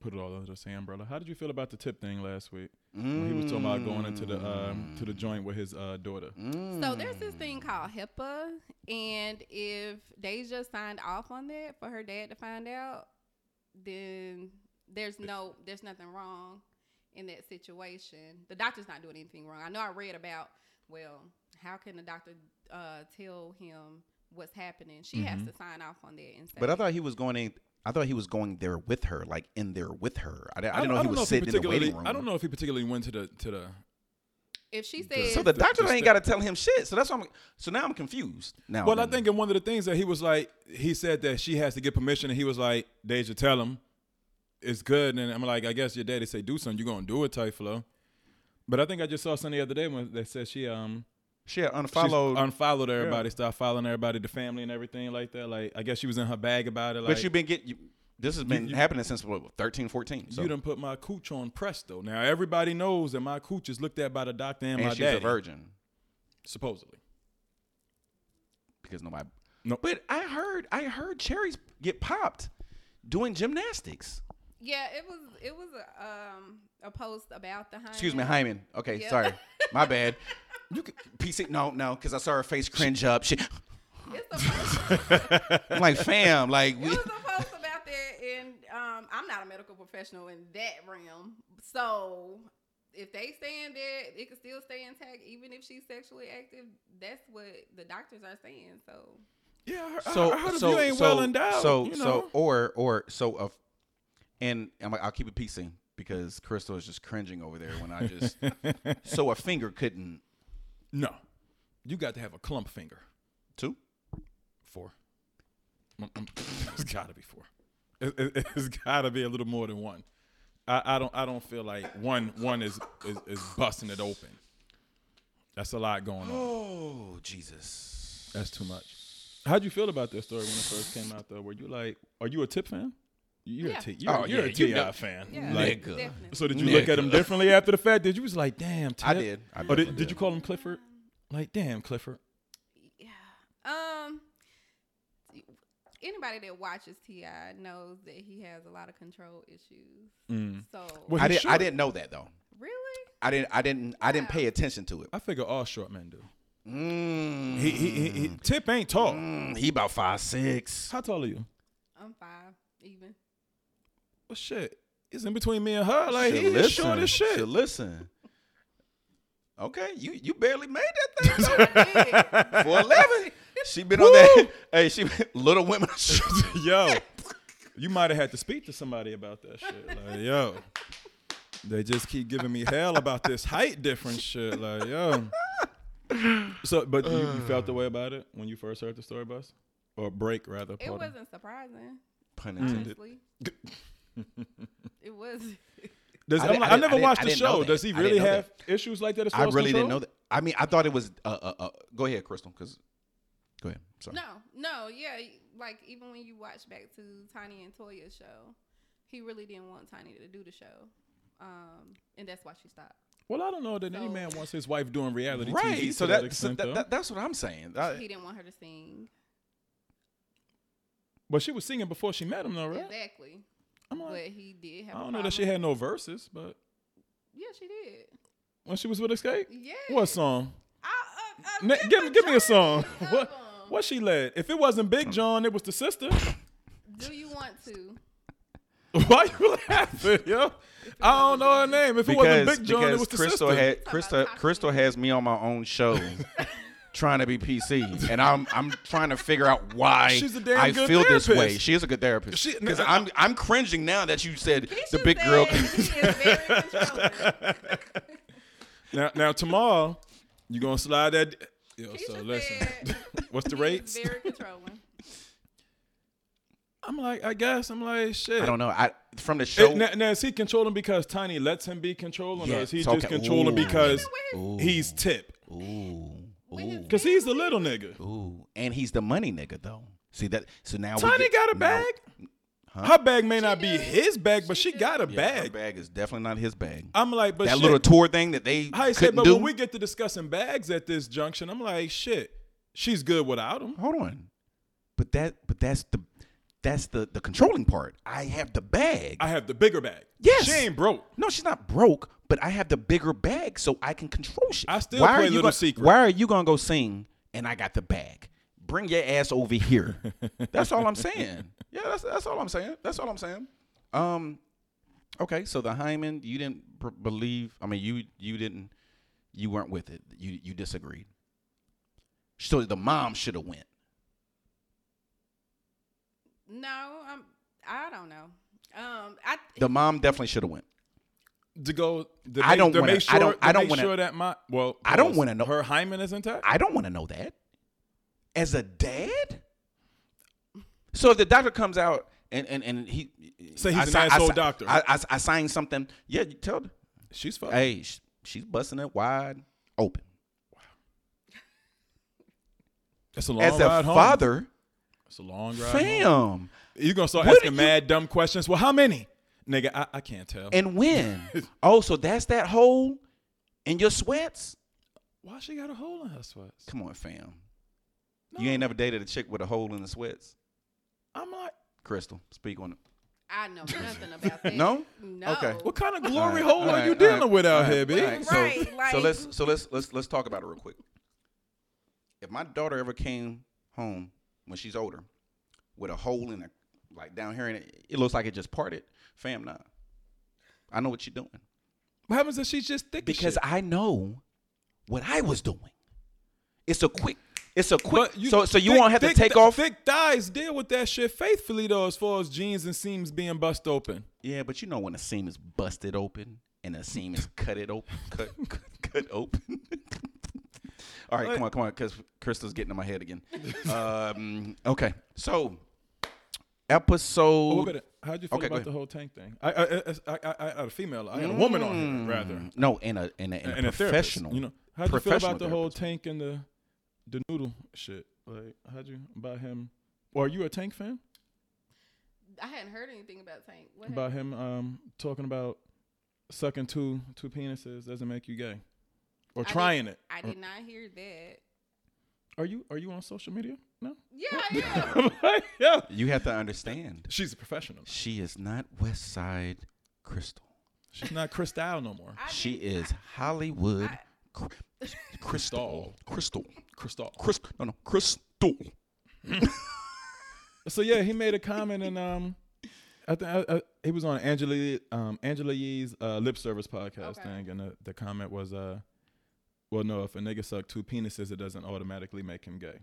B: put it all under the same umbrella. How did you feel about the tip thing last week? When he was talking about going into the
A: Mm.
B: um, to the joint with his uh, daughter.
C: So there's
A: Hmm.
C: this thing called HIPAA, and if Deja signed off on that for her dad to find out, then there's no there's nothing wrong in that situation. The doctor's not doing anything wrong. I know I read about well, how can the doctor uh, tell him what's happening? She has to sign off on that and say.
A: Mm-hmm. Mm. But I thought he was going in. I thought he was going there with her, like in there with her. I, di- I didn't know he was
B: if
A: sitting in the
B: particularly-
A: waiting room.
B: I don't know if he particularly went to the to the.
C: if she says
A: So the
B: Just-
A: doctor
B: just
A: ain't
B: the-
A: got to tell him shit. So that's why I'm. So now I'm confused. Now,
B: Well, I
A: then.
B: think in one of the things that he was like, he said that she has to get permission, and he was like, "Deja, tell him it's good." And I'm like, "I guess your daddy say do something, you gonna do it, type flow." But I think I just saw something the other day when they said she um
A: she had
B: she's
A: unfollowed.
B: unfollowed everybody, stopped following everybody, the family and everything like that. Like I guess she was in her bag about it. Like,
A: but you've been getting. You, this has been
B: you-
A: happening since what, 13, 14. So.
B: You done put my cooch on presto. Now everybody knows that my cooch is looked at by the doctor and,
A: and
B: my
A: she's
B: daddy,
A: a virgin
B: supposedly.
A: because nobody.
B: No.
A: But I heard. I heard cherries get popped doing gymnastics.
C: yeah, it was it was a um a post about the
A: Excuse me,
C: hymen.
A: Hyman. Okay,
C: Yeah.
A: sorry, my bad. You can PC. No, no, because I saw her face cringe up. She,
C: It's a post
A: I'm like, fam, like
C: It
A: we.
C: was a post about that, and um, I'm not a medical professional in that realm. So if they stand there, it could still stay intact, even if she's sexually active. That's what the doctors are saying. So
B: Yeah, I heard,
A: so
B: I heard
A: so
B: if you ain't
A: so
B: well endowed,
A: so
B: you
A: so
B: know.
A: or or so of, and I'm like, I'll keep it PC because Crystal is just cringing over there when I just so a finger couldn't
B: no, you got to have a clump finger.
A: two.
B: Four. Mm, mm. It's got to be four. It, it, has got to be a little more than one. I, I don't I don't feel like one one is, is is busting it open. That's a lot going on.
A: Oh Jesus!
B: That's too much. How'd you feel about this story when it first came out? Though, were you like, are you a Tip fan? You're
C: Yeah.
B: a Tip. You're,
A: Oh,
B: you're
A: yeah,
B: a
A: you
B: Ti
A: know-
B: fan.
C: yeah,
B: Like,
A: Nigga.
C: definitely.
B: so did you look at him
A: Nigga.
B: differently after the fact? Did you was like, damn, Tip?
A: I did. I
B: Or
A: definitely
B: did, did
A: did.
B: you call him Clifford? Like, damn, Clifford.
C: yeah. Um, anybody that watches Ti knows that he has a lot of control issues.
B: Mm.
C: So
B: Well,
A: I
B: he's
A: didn't. I
B: short.
A: didn't know that though.
C: really,
A: I didn't. I didn't. I didn't pay attention to it.
B: I figure all short men do.
A: Mm.
B: He, he, he, he Tip ain't tall.
A: Mm, he about five six.
B: How tall are you?
C: I'm five even.
B: Well, shit. It's in between me and her. Like,
A: Shit,
B: he is short as shit.
A: shit, listen. Okay, you you barely made that thing.
C: I did.
A: Four eleven. She been on that. Hey, she been- little women.
B: Yo. you might have had to speak to somebody about that shit. Like, yo, they just keep giving me hell about this height difference shit. Like, yo. So, but you, you felt the way about it when you first heard the story bus or break rather.
C: It
B: pardon.
C: wasn't surprising,
A: Pun
B: Mm.
A: intended.
C: honestly. it was.
B: Does,
A: I didn't- I
B: I, am like, I,
A: didn't- I
B: never
A: didn't- I
B: watched the
A: didn't know
B: show.
A: that.
B: Does he
A: I didn't
B: really
A: know
B: have issues like that? As far
A: I
B: as
A: really didn't know
B: control?
A: that. I mean, I thought it was. Uh, uh, uh, go ahead, Crystal. Because go ahead. Sorry.
C: No, no, yeah. Like even when you watch back to Tiny and Toya's show, he really didn't want Tiny to do the show, um, and that's why she stopped.
B: Well, I don't know that any
C: So-
B: man wants his wife doing reality
A: right.
B: TV.
A: so
B: to
A: that,
B: that,
A: so
B: extent,
A: that,
B: though.
A: that- that's what I'm saying.
C: he
A: I,
C: didn't want her to sing.
B: but she was singing before she met him, though, right?
C: Exactly,
B: I'm
C: but
B: like,
C: he did
B: I
C: have. a
B: don't know that she
C: problem.
B: had no verses, but
C: Yeah, she did.
B: when she was with Escape,
C: Yeah.
B: what song?
C: I, uh, uh,
B: Na-
C: that's
B: give me- give me a song.
C: majority of
B: What-
C: them.
B: What she led? If it wasn't
A: Hmm.
B: Big John, it was the sister.
C: Do you want to?
B: Why you laughing, yo? I don't know her name. If it wasn't
A: because
B: Big John, it
A: because
B: was the
A: Crystal
B: sister.
A: had Crystal
C: toxic.
A: Crystal has me on my own show. Trying to be PC, and I'm I'm trying to figure out why
B: She's a damn
A: I
B: good
A: feel this way.
B: therapist.
A: She is a good therapist
B: She- uh,
A: because I'm I'm cringing now that you said the
C: Keisha
A: big girl.
C: said
A: Can,
C: He is very controlling.
B: now, now tomorrow, you gonna slide that? Yo, so
C: Keisha
B: listen,
C: said
B: what's the
C: he is
B: rates?
C: Very controlling.
B: I'm like, I guess. I'm like, shit.
A: I don't know. I from the show.
B: It, now, now, is he controlling because Tiny lets him be controlling, or
A: Yes,
B: is he
A: okay.
B: just controlling
A: Ooh.
B: because
A: Ooh.
B: he's tip?
A: Ooh,
C: When
A: ooh,
C: his
B: Because he's the little nigga.
A: ooh, and he's the money nigga though. See that? So now we
B: Tiny
A: get-
B: got a
A: now-
B: bag.
A: Huh?
B: Her bag may not be
C: do.
B: his bag, but
C: She
B: she,
C: do.
B: got a
A: Yeah, her
B: bag.
A: bag is definitely not his bag.
B: I'm like, but
A: that
B: shit,
A: little tour thing that they
B: how you
A: couldn't
B: say, but
A: do.
B: when we get to discussing bags at this junction, I'm like, shit, she's good without him.
A: Hold on, but that but that's the that's the the controlling part. I have the bag.
B: I have the bigger bag.
A: Yes.
B: she ain't broke.
A: no, she's not broke, but I have the bigger bag, so I can control shit.
B: I still
A: why
B: play
A: are you
B: Little
A: gonna,
B: Secret.
A: Why are you gonna go sing? And I got the bag. Bring your ass over here. that's all I'm saying. Yeah, that's that's all I'm saying. That's all I'm saying. Um, okay. So the Hyman, you didn't pr- believe. I mean, you you didn't. You weren't with it. You you disagreed. So the mom should have went.
C: No, I'm. I don't know. Um, I
A: The mom definitely should have went.
B: To go, to
A: I
B: make-
A: don't
B: to
A: wanna-
B: make
A: I
B: sure,
A: don't-
B: to
A: I don't
B: make
A: wanna-
B: sure that my well,
A: I don't
B: pause.
A: wanna know-
B: her hymen is intact.
A: I don't want to know that. As a dad? So if the doctor comes out and and, and he
B: Say he's
A: I
B: an
A: si- I
B: asshole
A: si-
B: doctor.
A: I, I, I sign something. Yeah, you tell. The,
B: she's fucked.
A: hey, sh- she's busting it wide open.
B: It's a long
A: As a
B: ride home.
A: father,
B: it's a long ride. home.
A: fam,
B: You're gonna start
A: What
B: asking
A: did you-
B: mad dumb questions. Well, how many? Nigga, I, I can't tell.
A: and when? oh, so that's that hole in your sweats.
B: Why she got a hole in her sweats?
A: Come on, fam.
B: No.
A: You ain't never dated a chick with a hole in the sweats.
B: I'm like,
A: Crystal, speak on it.
C: I know nothing about that.
A: No?
C: No.
A: Okay.
B: what kind of
A: All
B: glory
A: right,
B: hole
A: all
B: are you
A: right,
B: dealing
A: all right,
B: with out
A: all
B: here,
A: right,
B: B?
A: all right.
C: Right,
A: So,
C: like-
A: so let's so let's let's let's talk about it real quick. If my daughter ever came home when she's older with a hole in it, like down here, and it, it looks like it just parted, fam, nah. I know what you're doing
B: What happens if she's just thick? as
A: because
B: shit?
A: I know what I was doing. It's a quick. It's a quick.
B: But you-
A: so so you
B: thick-
A: won't have to
B: thick
A: take
B: thi-
A: off.
B: Thick thighs deal with that shit faithfully though, as far as jeans and seams being bust open.
A: Yeah, but you know when a seam is busted open and a seam is cut it open, cut, cut, cut open. All right, come on, come on, because Crystal's getting in my head again. um, okay, so
B: Oh, look at
A: episode.
B: it. How'd you feel
A: Okay, go
B: about the whole tank thing? I, I, I, I, I had a female. I had a woman on here rather,
A: Mm, no, and a and a, and a
B: and a therapist.
A: professional.
B: You know, how'd you feel
A: professional
B: about the whole tank and the the noodle shit? Like, how'd you about him? Or are you a tank fan?
C: I hadn't heard anything about Tank. What happened?
B: about him um, talking about sucking two two penises doesn't make you gay, or
C: I did-
B: trying it.
C: I did not hear that.
B: Are you are you on social media? No.
C: Yeah, yeah.
B: Like, yeah.
A: You have to understand,
B: She's a professional.
A: she is not West Side Crystal.
B: She's not Cristal no more.
C: I
A: She
C: did-
A: is Hollywood
C: I-
A: Cr- Crystal. Crystal.
B: Cristal.
A: Crystal. No, no, Crystal.
B: So yeah, he made a comment and um, I think I, I, he was on Angela um Angela Yee's uh, lip service podcast
C: Okay.
B: thing, and the, the comment was uh, well no, if a nigga suck two penises, it doesn't automatically make him gay.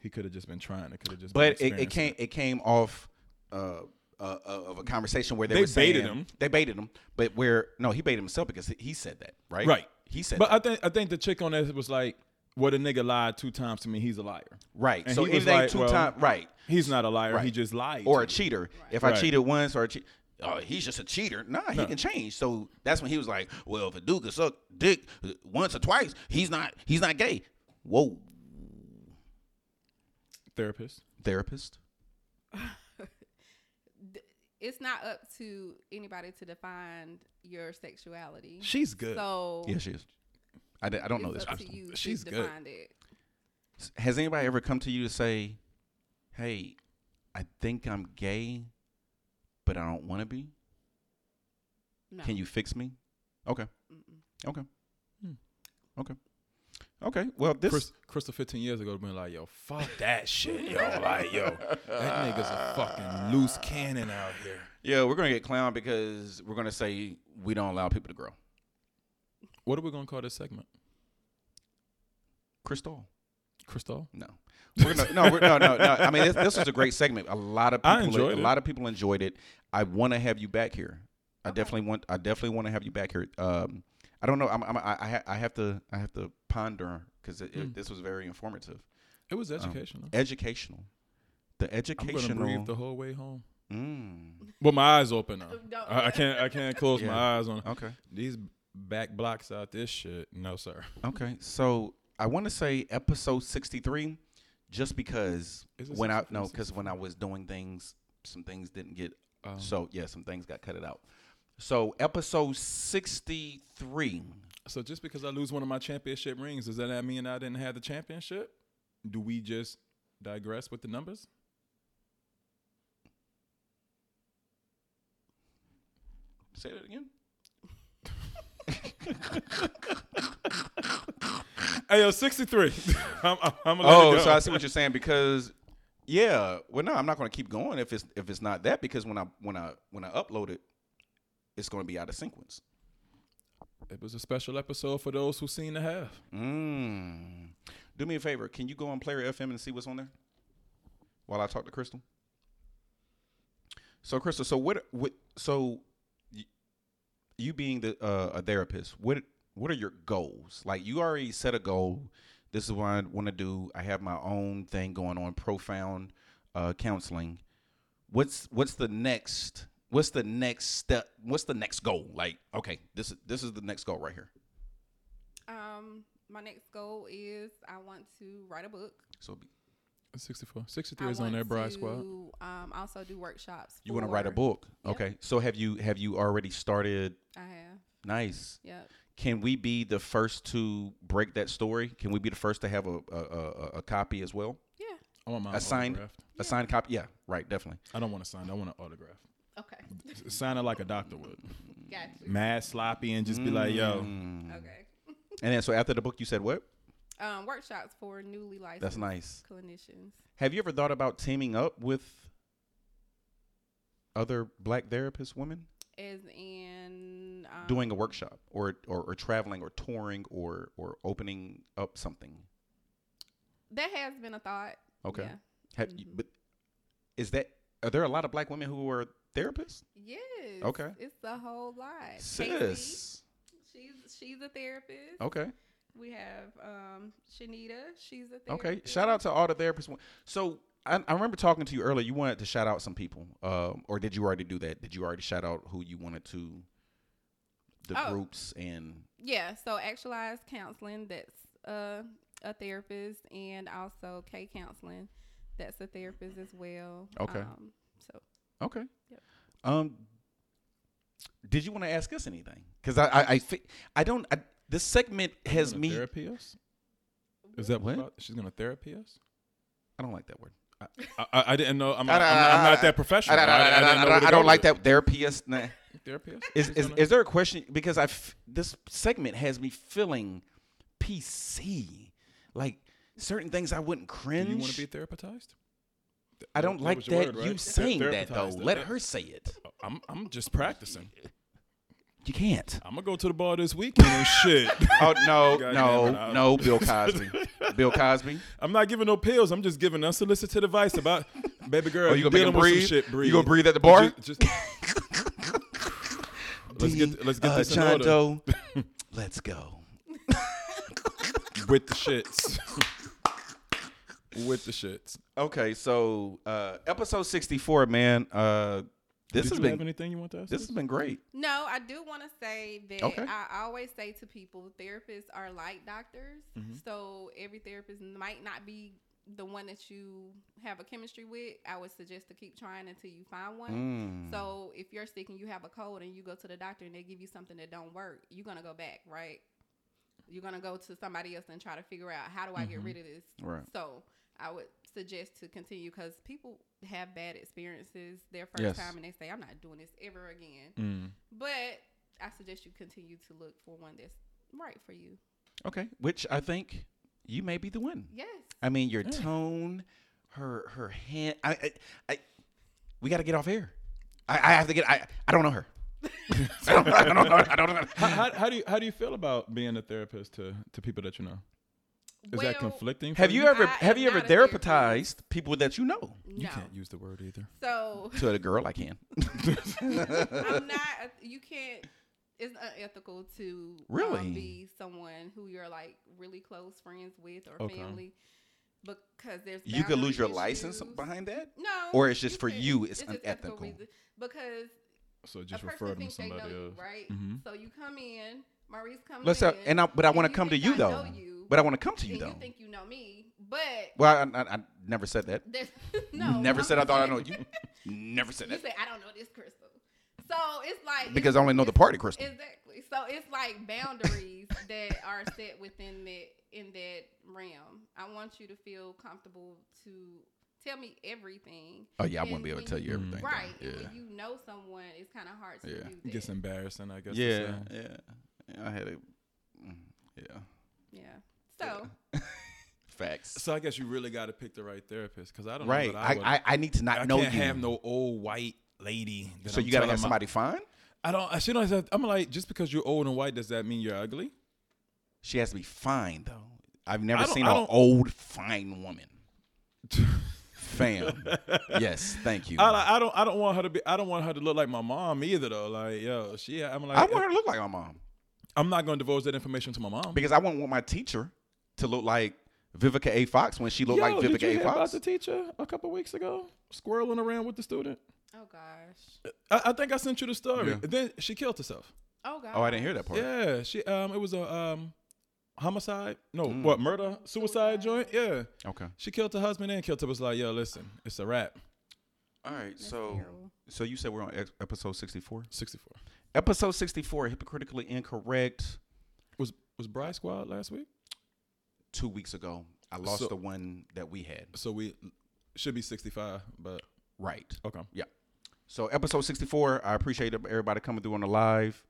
B: He could have just been trying. It could have just.
A: but
B: been
A: it, it
B: experiencing
A: came it came off uh uh, of a conversation where they,
B: They
A: were saying-
B: baited him.
A: They baited him, but where no, he baited himself because he- he said that, right?
B: Right.
A: He said,
B: But
A: that.
B: I think I think the chick on that was like, "Well, the nigga lied two times to me. He's a liar."
A: right.
B: And
A: So
B: he was
A: anything
B: like,
A: two
B: well,
A: time, right?
B: He's not a liar. He
A: Right.
B: just lied.
A: Or
B: to
A: a
B: me.
A: cheated. If I
B: Right.
A: cheated once, or che- oh, he's just a cheater. Nah, he can change. So that's when he was like, well, if a dude can suck dick uh, once or twice, he's not he's not gay. Whoa,
B: therapist.
A: therapist.
C: It's not up to anybody to define your sexuality.
B: She's good.
C: So
A: Yeah, she is. I, d- I don't know
C: it's
A: this
C: up
A: person.
C: to you to
B: She's good.
C: define it.
A: Has anybody ever come to you to say, "Hey, I think I'm gay, but I don't want to be.
C: No.
A: Can you fix me?" Okay.
C: Mm-mm.
A: Okay.
B: Hmm.
A: Okay. Okay. Well, this
B: Chris, Crystal 15 years ago been like, yo, fuck that shit, yo. Like, yo, that nigga's a fucking loose cannon out here.
A: yeah, we're gonna get clown because we're gonna say we don't allow people to grow.
B: What are we gonna call this segment?
A: Crystal.
B: Crystal?
A: No. We're gonna, no, we're, no, no, no. I mean, this, this was a great segment. A lot of people,
B: I enjoyed
A: a
B: it.
A: lot of people enjoyed it. I want to have you back here. I
C: Okay.
A: definitely want. I definitely want to have you back here. Um, I don't know. I'm, I'm, I, I ha- I have to. I have to ponder because it, it,
B: Mm.
A: this was very informative,
B: It was educational.
A: educational. The
B: I'm gonna
A: Oh. educational.
B: breathe the whole way home.
A: Mm,
B: Well, my eyes open now.
C: Don't-
B: I, I can't. I can't close
A: Yeah.
B: my eyes on
A: okay.
B: these back blocks out. This shit. No, sir.
A: Okay. So I want to say episode 63, just because
B: Is it
A: when I
B: 63?
A: no, because when I was doing things, some things didn't get
B: Um,
A: So yeah, some things got cut it out. So episode sixty three.
B: So just because I lose one of my championship rings, does that mean I didn't have the championship? Do we just digress with the numbers?
A: Say that again.
B: Hey, yo, 63. I'm, I'm, I'm gonna let it
A: Oh,
B: go.
A: so I see what you're saying because yeah, well no, I'm not going to keep going if it's if it's not that because when I when I when I upload it, it's going to be out of sequence.
B: It was a special episode for those who seen the half.
A: Mm. Do me a favor, can you go on Player FM and see what's on there while I talk to Crystal? So Crystal, so what what so y- you being the uh, a therapist, what what are your goals? Like you already set a goal. This is what I want to do. I have my own thing going on, profound uh, counseling. What's what's the next? What's the next step? What's the next goal? Like, okay, this is this is the next goal right here.
C: Um, my next goal is I want to write a book.
A: So be-
B: 64. 63
C: I
B: is on
C: want
B: there, Bride
C: to,
B: Squad.
C: Um, also do workshops.
A: You want to write a
C: for-
A: book.
C: Yep.
A: Okay. So have you have you already started
C: I have.
A: nice.
C: Yep.
A: Can we be the first to break that story? Can we be the first to have a a, a, a copy as well?
C: Yeah.
B: I want my
A: Assigned.
B: autograph.
A: A signed copy? Yeah, right, definitely.
B: Oh, I don't want to sign. I want an autograph.
C: Okay.
B: Sign it like a doctor would.
C: Got you.
B: Mad sloppy and just be like, yo.
A: Mm.
C: Okay.
A: And then so after the book you said what?
C: Um, workshops for newly licensed
A: That's nice.
C: clinicians.
A: Have you ever thought about teaming up with other black therapist women
C: As in um,
A: doing a workshop or, or or traveling or touring or or opening up something?
C: that has been a thought.
A: Okay.
C: Yeah.
A: Have you, but is that are there a lot of black women who are therapists?
C: Yes.
A: Okay.
C: It's a whole lot. Casey,
A: Sis. Oh.
C: she's she's a therapist.
A: Okay.
C: We have um Shanita. She's a therapist.
A: Okay. Shout out to all the therapists. So I, I remember talking to you earlier. You wanted to shout out some people, um, or did you already do that? Did you already shout out who you wanted to? The
C: Oh.
A: groups and
C: Yeah, so actualized counseling that's uh, a therapist, and also K counseling that's a therapist as well.
A: Okay.
C: Um, so
A: okay.
C: Yep.
A: Um. Did you want to ask us anything? Because I I I, fi- I don't. I, this segment has
B: Gonna
A: me.
B: Therapy us? Is that
A: What?
B: what? She's going to therapy us?
A: I don't like that word.
B: I, I, I didn't know. I'm
A: I-
B: not, I'm not, I'm not that professional.
A: I, I- I- I-
B: didn't know
A: I- I-
B: where to
A: I
B: go
A: don't
B: with
A: like
B: it.
A: that therapist. Nah.
B: Therapy us?
A: Is
B: She's
A: is,
B: gonna-
A: is there a question? Because I f- this segment has me feeling PC. Like certain things I wouldn't
B: Do
A: cringe.
B: you want to be therapized?
A: I don't
B: that
A: like
B: was your
A: that
B: word,
A: you
B: right?
A: saying that though.
B: Therapized.
A: Let her say it.
B: I'm I'm just practicing.
A: You can't.
B: I'm gonna go to the bar this weekend and shit.
A: Oh no,
B: Goddamn it,
A: no,
B: I'll-
A: no, Bill Cosby. Bill Cosby.
B: I'm not giving no pills. I'm just giving unsolicited advice about baby girl.
A: Oh, you gonna make
B: dealing
A: him
B: with some
A: breathe?
B: Shit, breathe?
A: You gonna breathe at the bar?
B: Just, just- let's get let's get
A: uh,
B: this in
A: John
B: order
A: Doe, let's go.
B: with the shits. with the shits.
A: Okay, so uh, episode sixty four, man. Uh, this
B: Did
A: has
B: you
A: been
B: have anything you want to ask?
A: this
B: us?
A: has been great.
C: No, I do want to say that
A: Okay.
C: I always say to people, therapists are like doctors.
A: Mm-hmm.
C: So every therapist might not be the one that you have a chemistry with. I would suggest to keep trying until you find one.
A: Mm.
C: So if you're sick and you have a cold and you go to the doctor and they give you something that don't work, you're gonna go back, right? You're gonna go to somebody else and try to figure out how do I get
B: Mhm.
C: rid of this.
A: Mm-hmm. Right.
C: So I would suggest to continue because people have bad experiences their first
A: Yes.
C: time and they say, "I'm not doing this ever again."
B: Mm.
C: But I suggest you continue to look for one that's right for you.
A: okay, which I think you may be the one.
C: Yes.
A: I mean, your
B: Mm.
A: tone, her her hand. I, I, I we got to get off air. I, I have to get. I I don't know her. I, don't, I don't know. I don't know.
B: How, how, how do you how do you feel about being a therapist to to people that you know? Is
C: Well,
B: that conflicting? for
A: Have you ever
C: I
A: have
C: am
A: you ever
C: not a therapist.
A: therapized people that you know?
B: You
C: No.
B: can't use the word either.
C: So
A: To a girl, I can.
C: I'm not. You can't. It's unethical to um,
A: Really?
C: be someone who you're like really close friends with or
B: Okay.
C: family because there's
A: You could lose your
C: boundary
A: license
C: issues.
A: behind that.
C: No,
A: Or it's just for
C: can't.
A: you, it's
C: just ethical
A: unethical.
C: reason- because
B: So just
C: a
B: refer
C: person
B: them to
C: thinks they know
B: somebody
C: you,
B: else.
C: right?
B: Mhm.
C: So you come in, Maurice comes
A: Let's
C: in,
A: have, Mm-hmm. and I, but I
C: and
A: want to come to
C: think
A: you
C: I
A: though.
C: know you,
A: But I want to come to
C: and
A: you
C: you
A: though.
C: think you know me, but
A: Well, I, I, I never said that.
C: There's, no,
A: never
C: I'm
A: said I
C: just
A: thought I
C: saying-
A: know you. Never said
C: You
A: that
C: say I don't know this crystal, so it's like
A: because I only know the party, Crystal.
C: exactly. So it's like boundaries that are set within that in that realm. I want you to feel comfortable to tell me everything.
A: Oh yeah, I
C: And
A: wouldn't be able to
C: when
A: tell you
B: you-
A: everything. though.
C: Right, and
A: Yeah.
C: when you know someone, it's kind of hard to
A: Yeah.
C: do that.
B: Gets embarrassing, I guess. to
A: Yeah,
B: say.
A: yeah, yeah. I had a mm, yeah.
C: yeah. So
A: Facts.
B: So I guess you really got to pick the right therapist because I don't
A: Right.
B: know. What I,
A: I,
B: would-
A: I, I need to not
B: I
A: know
B: can't
A: you.
B: have no old white lady. that
A: so
B: I'm
A: you gotta
B: telling
A: have
B: my-
A: somebody fine.
B: I don't. I should not. Have, I'm like just because you're old and white does that mean you're ugly?
A: She has to be fine though. I've never
B: don't-
A: seen
B: I
A: an
B: don't-
A: old fine woman. Fam. yes. Thank you.
B: I, like- I don't. I don't want her to be. I don't want her to look like my mom either though. Like yo, she. I'm like.
A: I want her to look like my mom
B: I'm not gonna divulge that information to my mom.
A: because I wouldn't want my teacher to look like Vivica A. Fox when she looked
B: Yo,
A: like
B: did you
A: Vivica
B: hear
A: A.
B: about
A: Fox.
B: the teacher a couple weeks ago squirreling around with the student?
C: oh
A: Uh,
C: gosh,
B: I, I think I sent you the story.
A: Yeah.
B: Then she killed herself.
C: oh gosh.
A: Oh, I didn't hear that part.
B: Yeah, she. Um, it was a um, homicide. No,
A: Mm.
B: what murder? Suicide joint. Yeah,
A: Okay.
B: she killed her husband and killed her. Was like, yo, listen, it's a wrap.
A: All right.
C: That's
A: so,
C: terrible.
A: so you said we're on ex- episode sixty-four.
B: Sixty-four.
A: Episode sixty-four, hypocritically incorrect.
B: Was was Bry Squad last week?
A: Two weeks ago, I lost
B: So-
A: the one that we had.
B: So we should be sixty-five, but
A: Right.
B: okay.
A: So episode sixty-four. I appreciate everybody coming through on the live,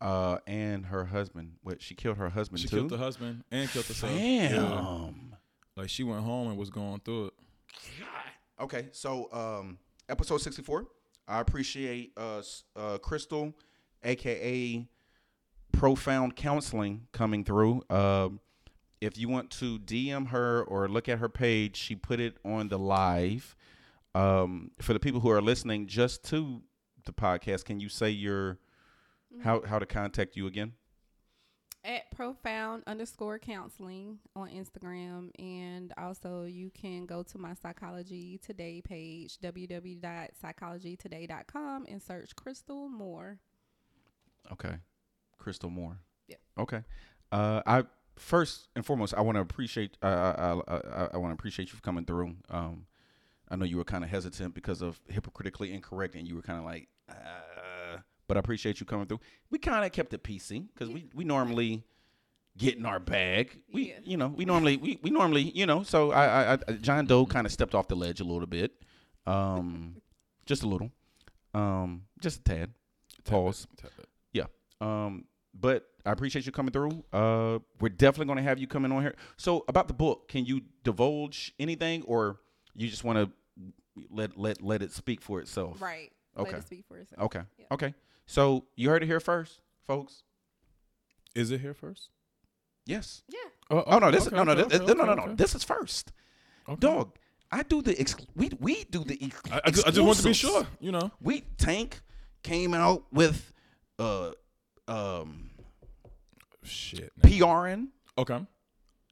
A: uh, and her husband. What she killed her husband
B: She
A: too.
B: killed her husband and killed herself.
A: Damn.
B: Yeah. Like she went home and was going through it.
A: Okay, so um, episode sixty-four. I appreciate uh, s- uh, Crystal, aka Profound Counseling, coming through. Um, if you want to DM her or look at her page, she put it on the live. Um, for the people who are listening just to the podcast, can you say your
C: Mm-hmm.
A: how how to contact you again?
C: at profound underscore counseling on Instagram. And also, you can go to my Psychology Today page, www.psychologytoday.com, and search Crystal Moore.
A: Okay. Crystal Moore.
C: Yep.
A: Okay. Uh, I first and foremost, I want to appreciate. Uh, I I, I, I want to appreciate you for coming through. Um, I know you were kind of hesitant because of hypocritically incorrect, and you were kind of like, uh, but I appreciate you coming through. We kind of kept it PC because we we normally get in our bag. We
C: Yeah.
A: you know we normally we, we normally you know. So I, I, I John Doe kind of stepped off the ledge a little bit, um, just a little, um, just a tad. Pause.
B: Tap it.
A: Um, but I appreciate you coming through. Uh, we're definitely going to have you coming on here. So about the book, can you divulge anything, or you just want to let let let it speak for itself?
C: Right.
A: Okay.
C: Let it speak for itself.
A: Okay.
C: Yeah.
A: Okay. So you heard it here first, folks.
B: Is it here first?
A: Yes.
C: Yeah.
A: Oh, no, this
B: okay,
A: no no
B: okay,
A: this,
B: okay,
A: no no
B: okay,
A: no
B: okay.
A: this is first,
B: Okay.
A: dog. I do the ex- we we do the ex-
B: I, I, ju- I just want to be
A: exclusives.
B: sure, you know.
A: We Tank came out with uh um
B: Shit. nigga.
A: PRN.
B: Okay.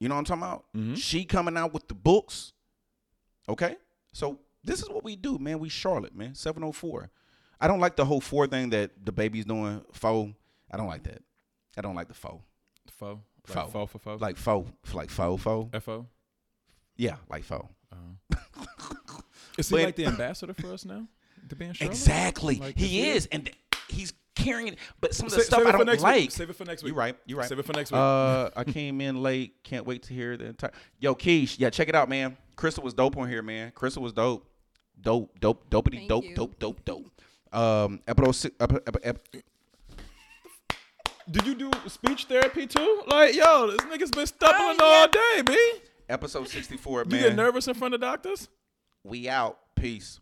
A: You know what I'm talking about?
B: Mhm.
A: She coming out with the books. Okay? So this is what we do, man. We Charlotte, man. 704. I don't like the whole four thing that the baby's doing. Foe. I don't like that. I don't like the foe.
B: Foe.
A: Foe.
B: Like foe for foe.
A: Like foe. Like foe, foe.
B: FO.
A: Yeah, like foe.
B: Uh-huh. Is he
A: But-
B: like the ambassador for us now? To be in Charlotte?
A: Exactly.
B: Like,
A: he
B: this
A: is. And th- he's carrying it. But some of
B: Sa-
A: the stuff
B: save
A: I
B: it for
A: don't
B: next
A: like.
B: Week. Save it for next week.
A: You're right. You're right.
B: Save it for next week.
A: Uh, I came in late. Can't wait to hear the entire. Yo, Keish, yeah, check it out, man. Crystal was dope on here, man. Crystal was dope, dope, dope, dopey,
C: Thank
A: dope,
C: you.
A: dope, dope, dope. Um, episode six. ep- ep- ep-
B: Did you do speech therapy too? Like, yo, this nigga's been stumbling all day, B.
A: episode sixty-four,
B: You get
A: man.
B: nervous in front of doctors?
A: we out. Peace.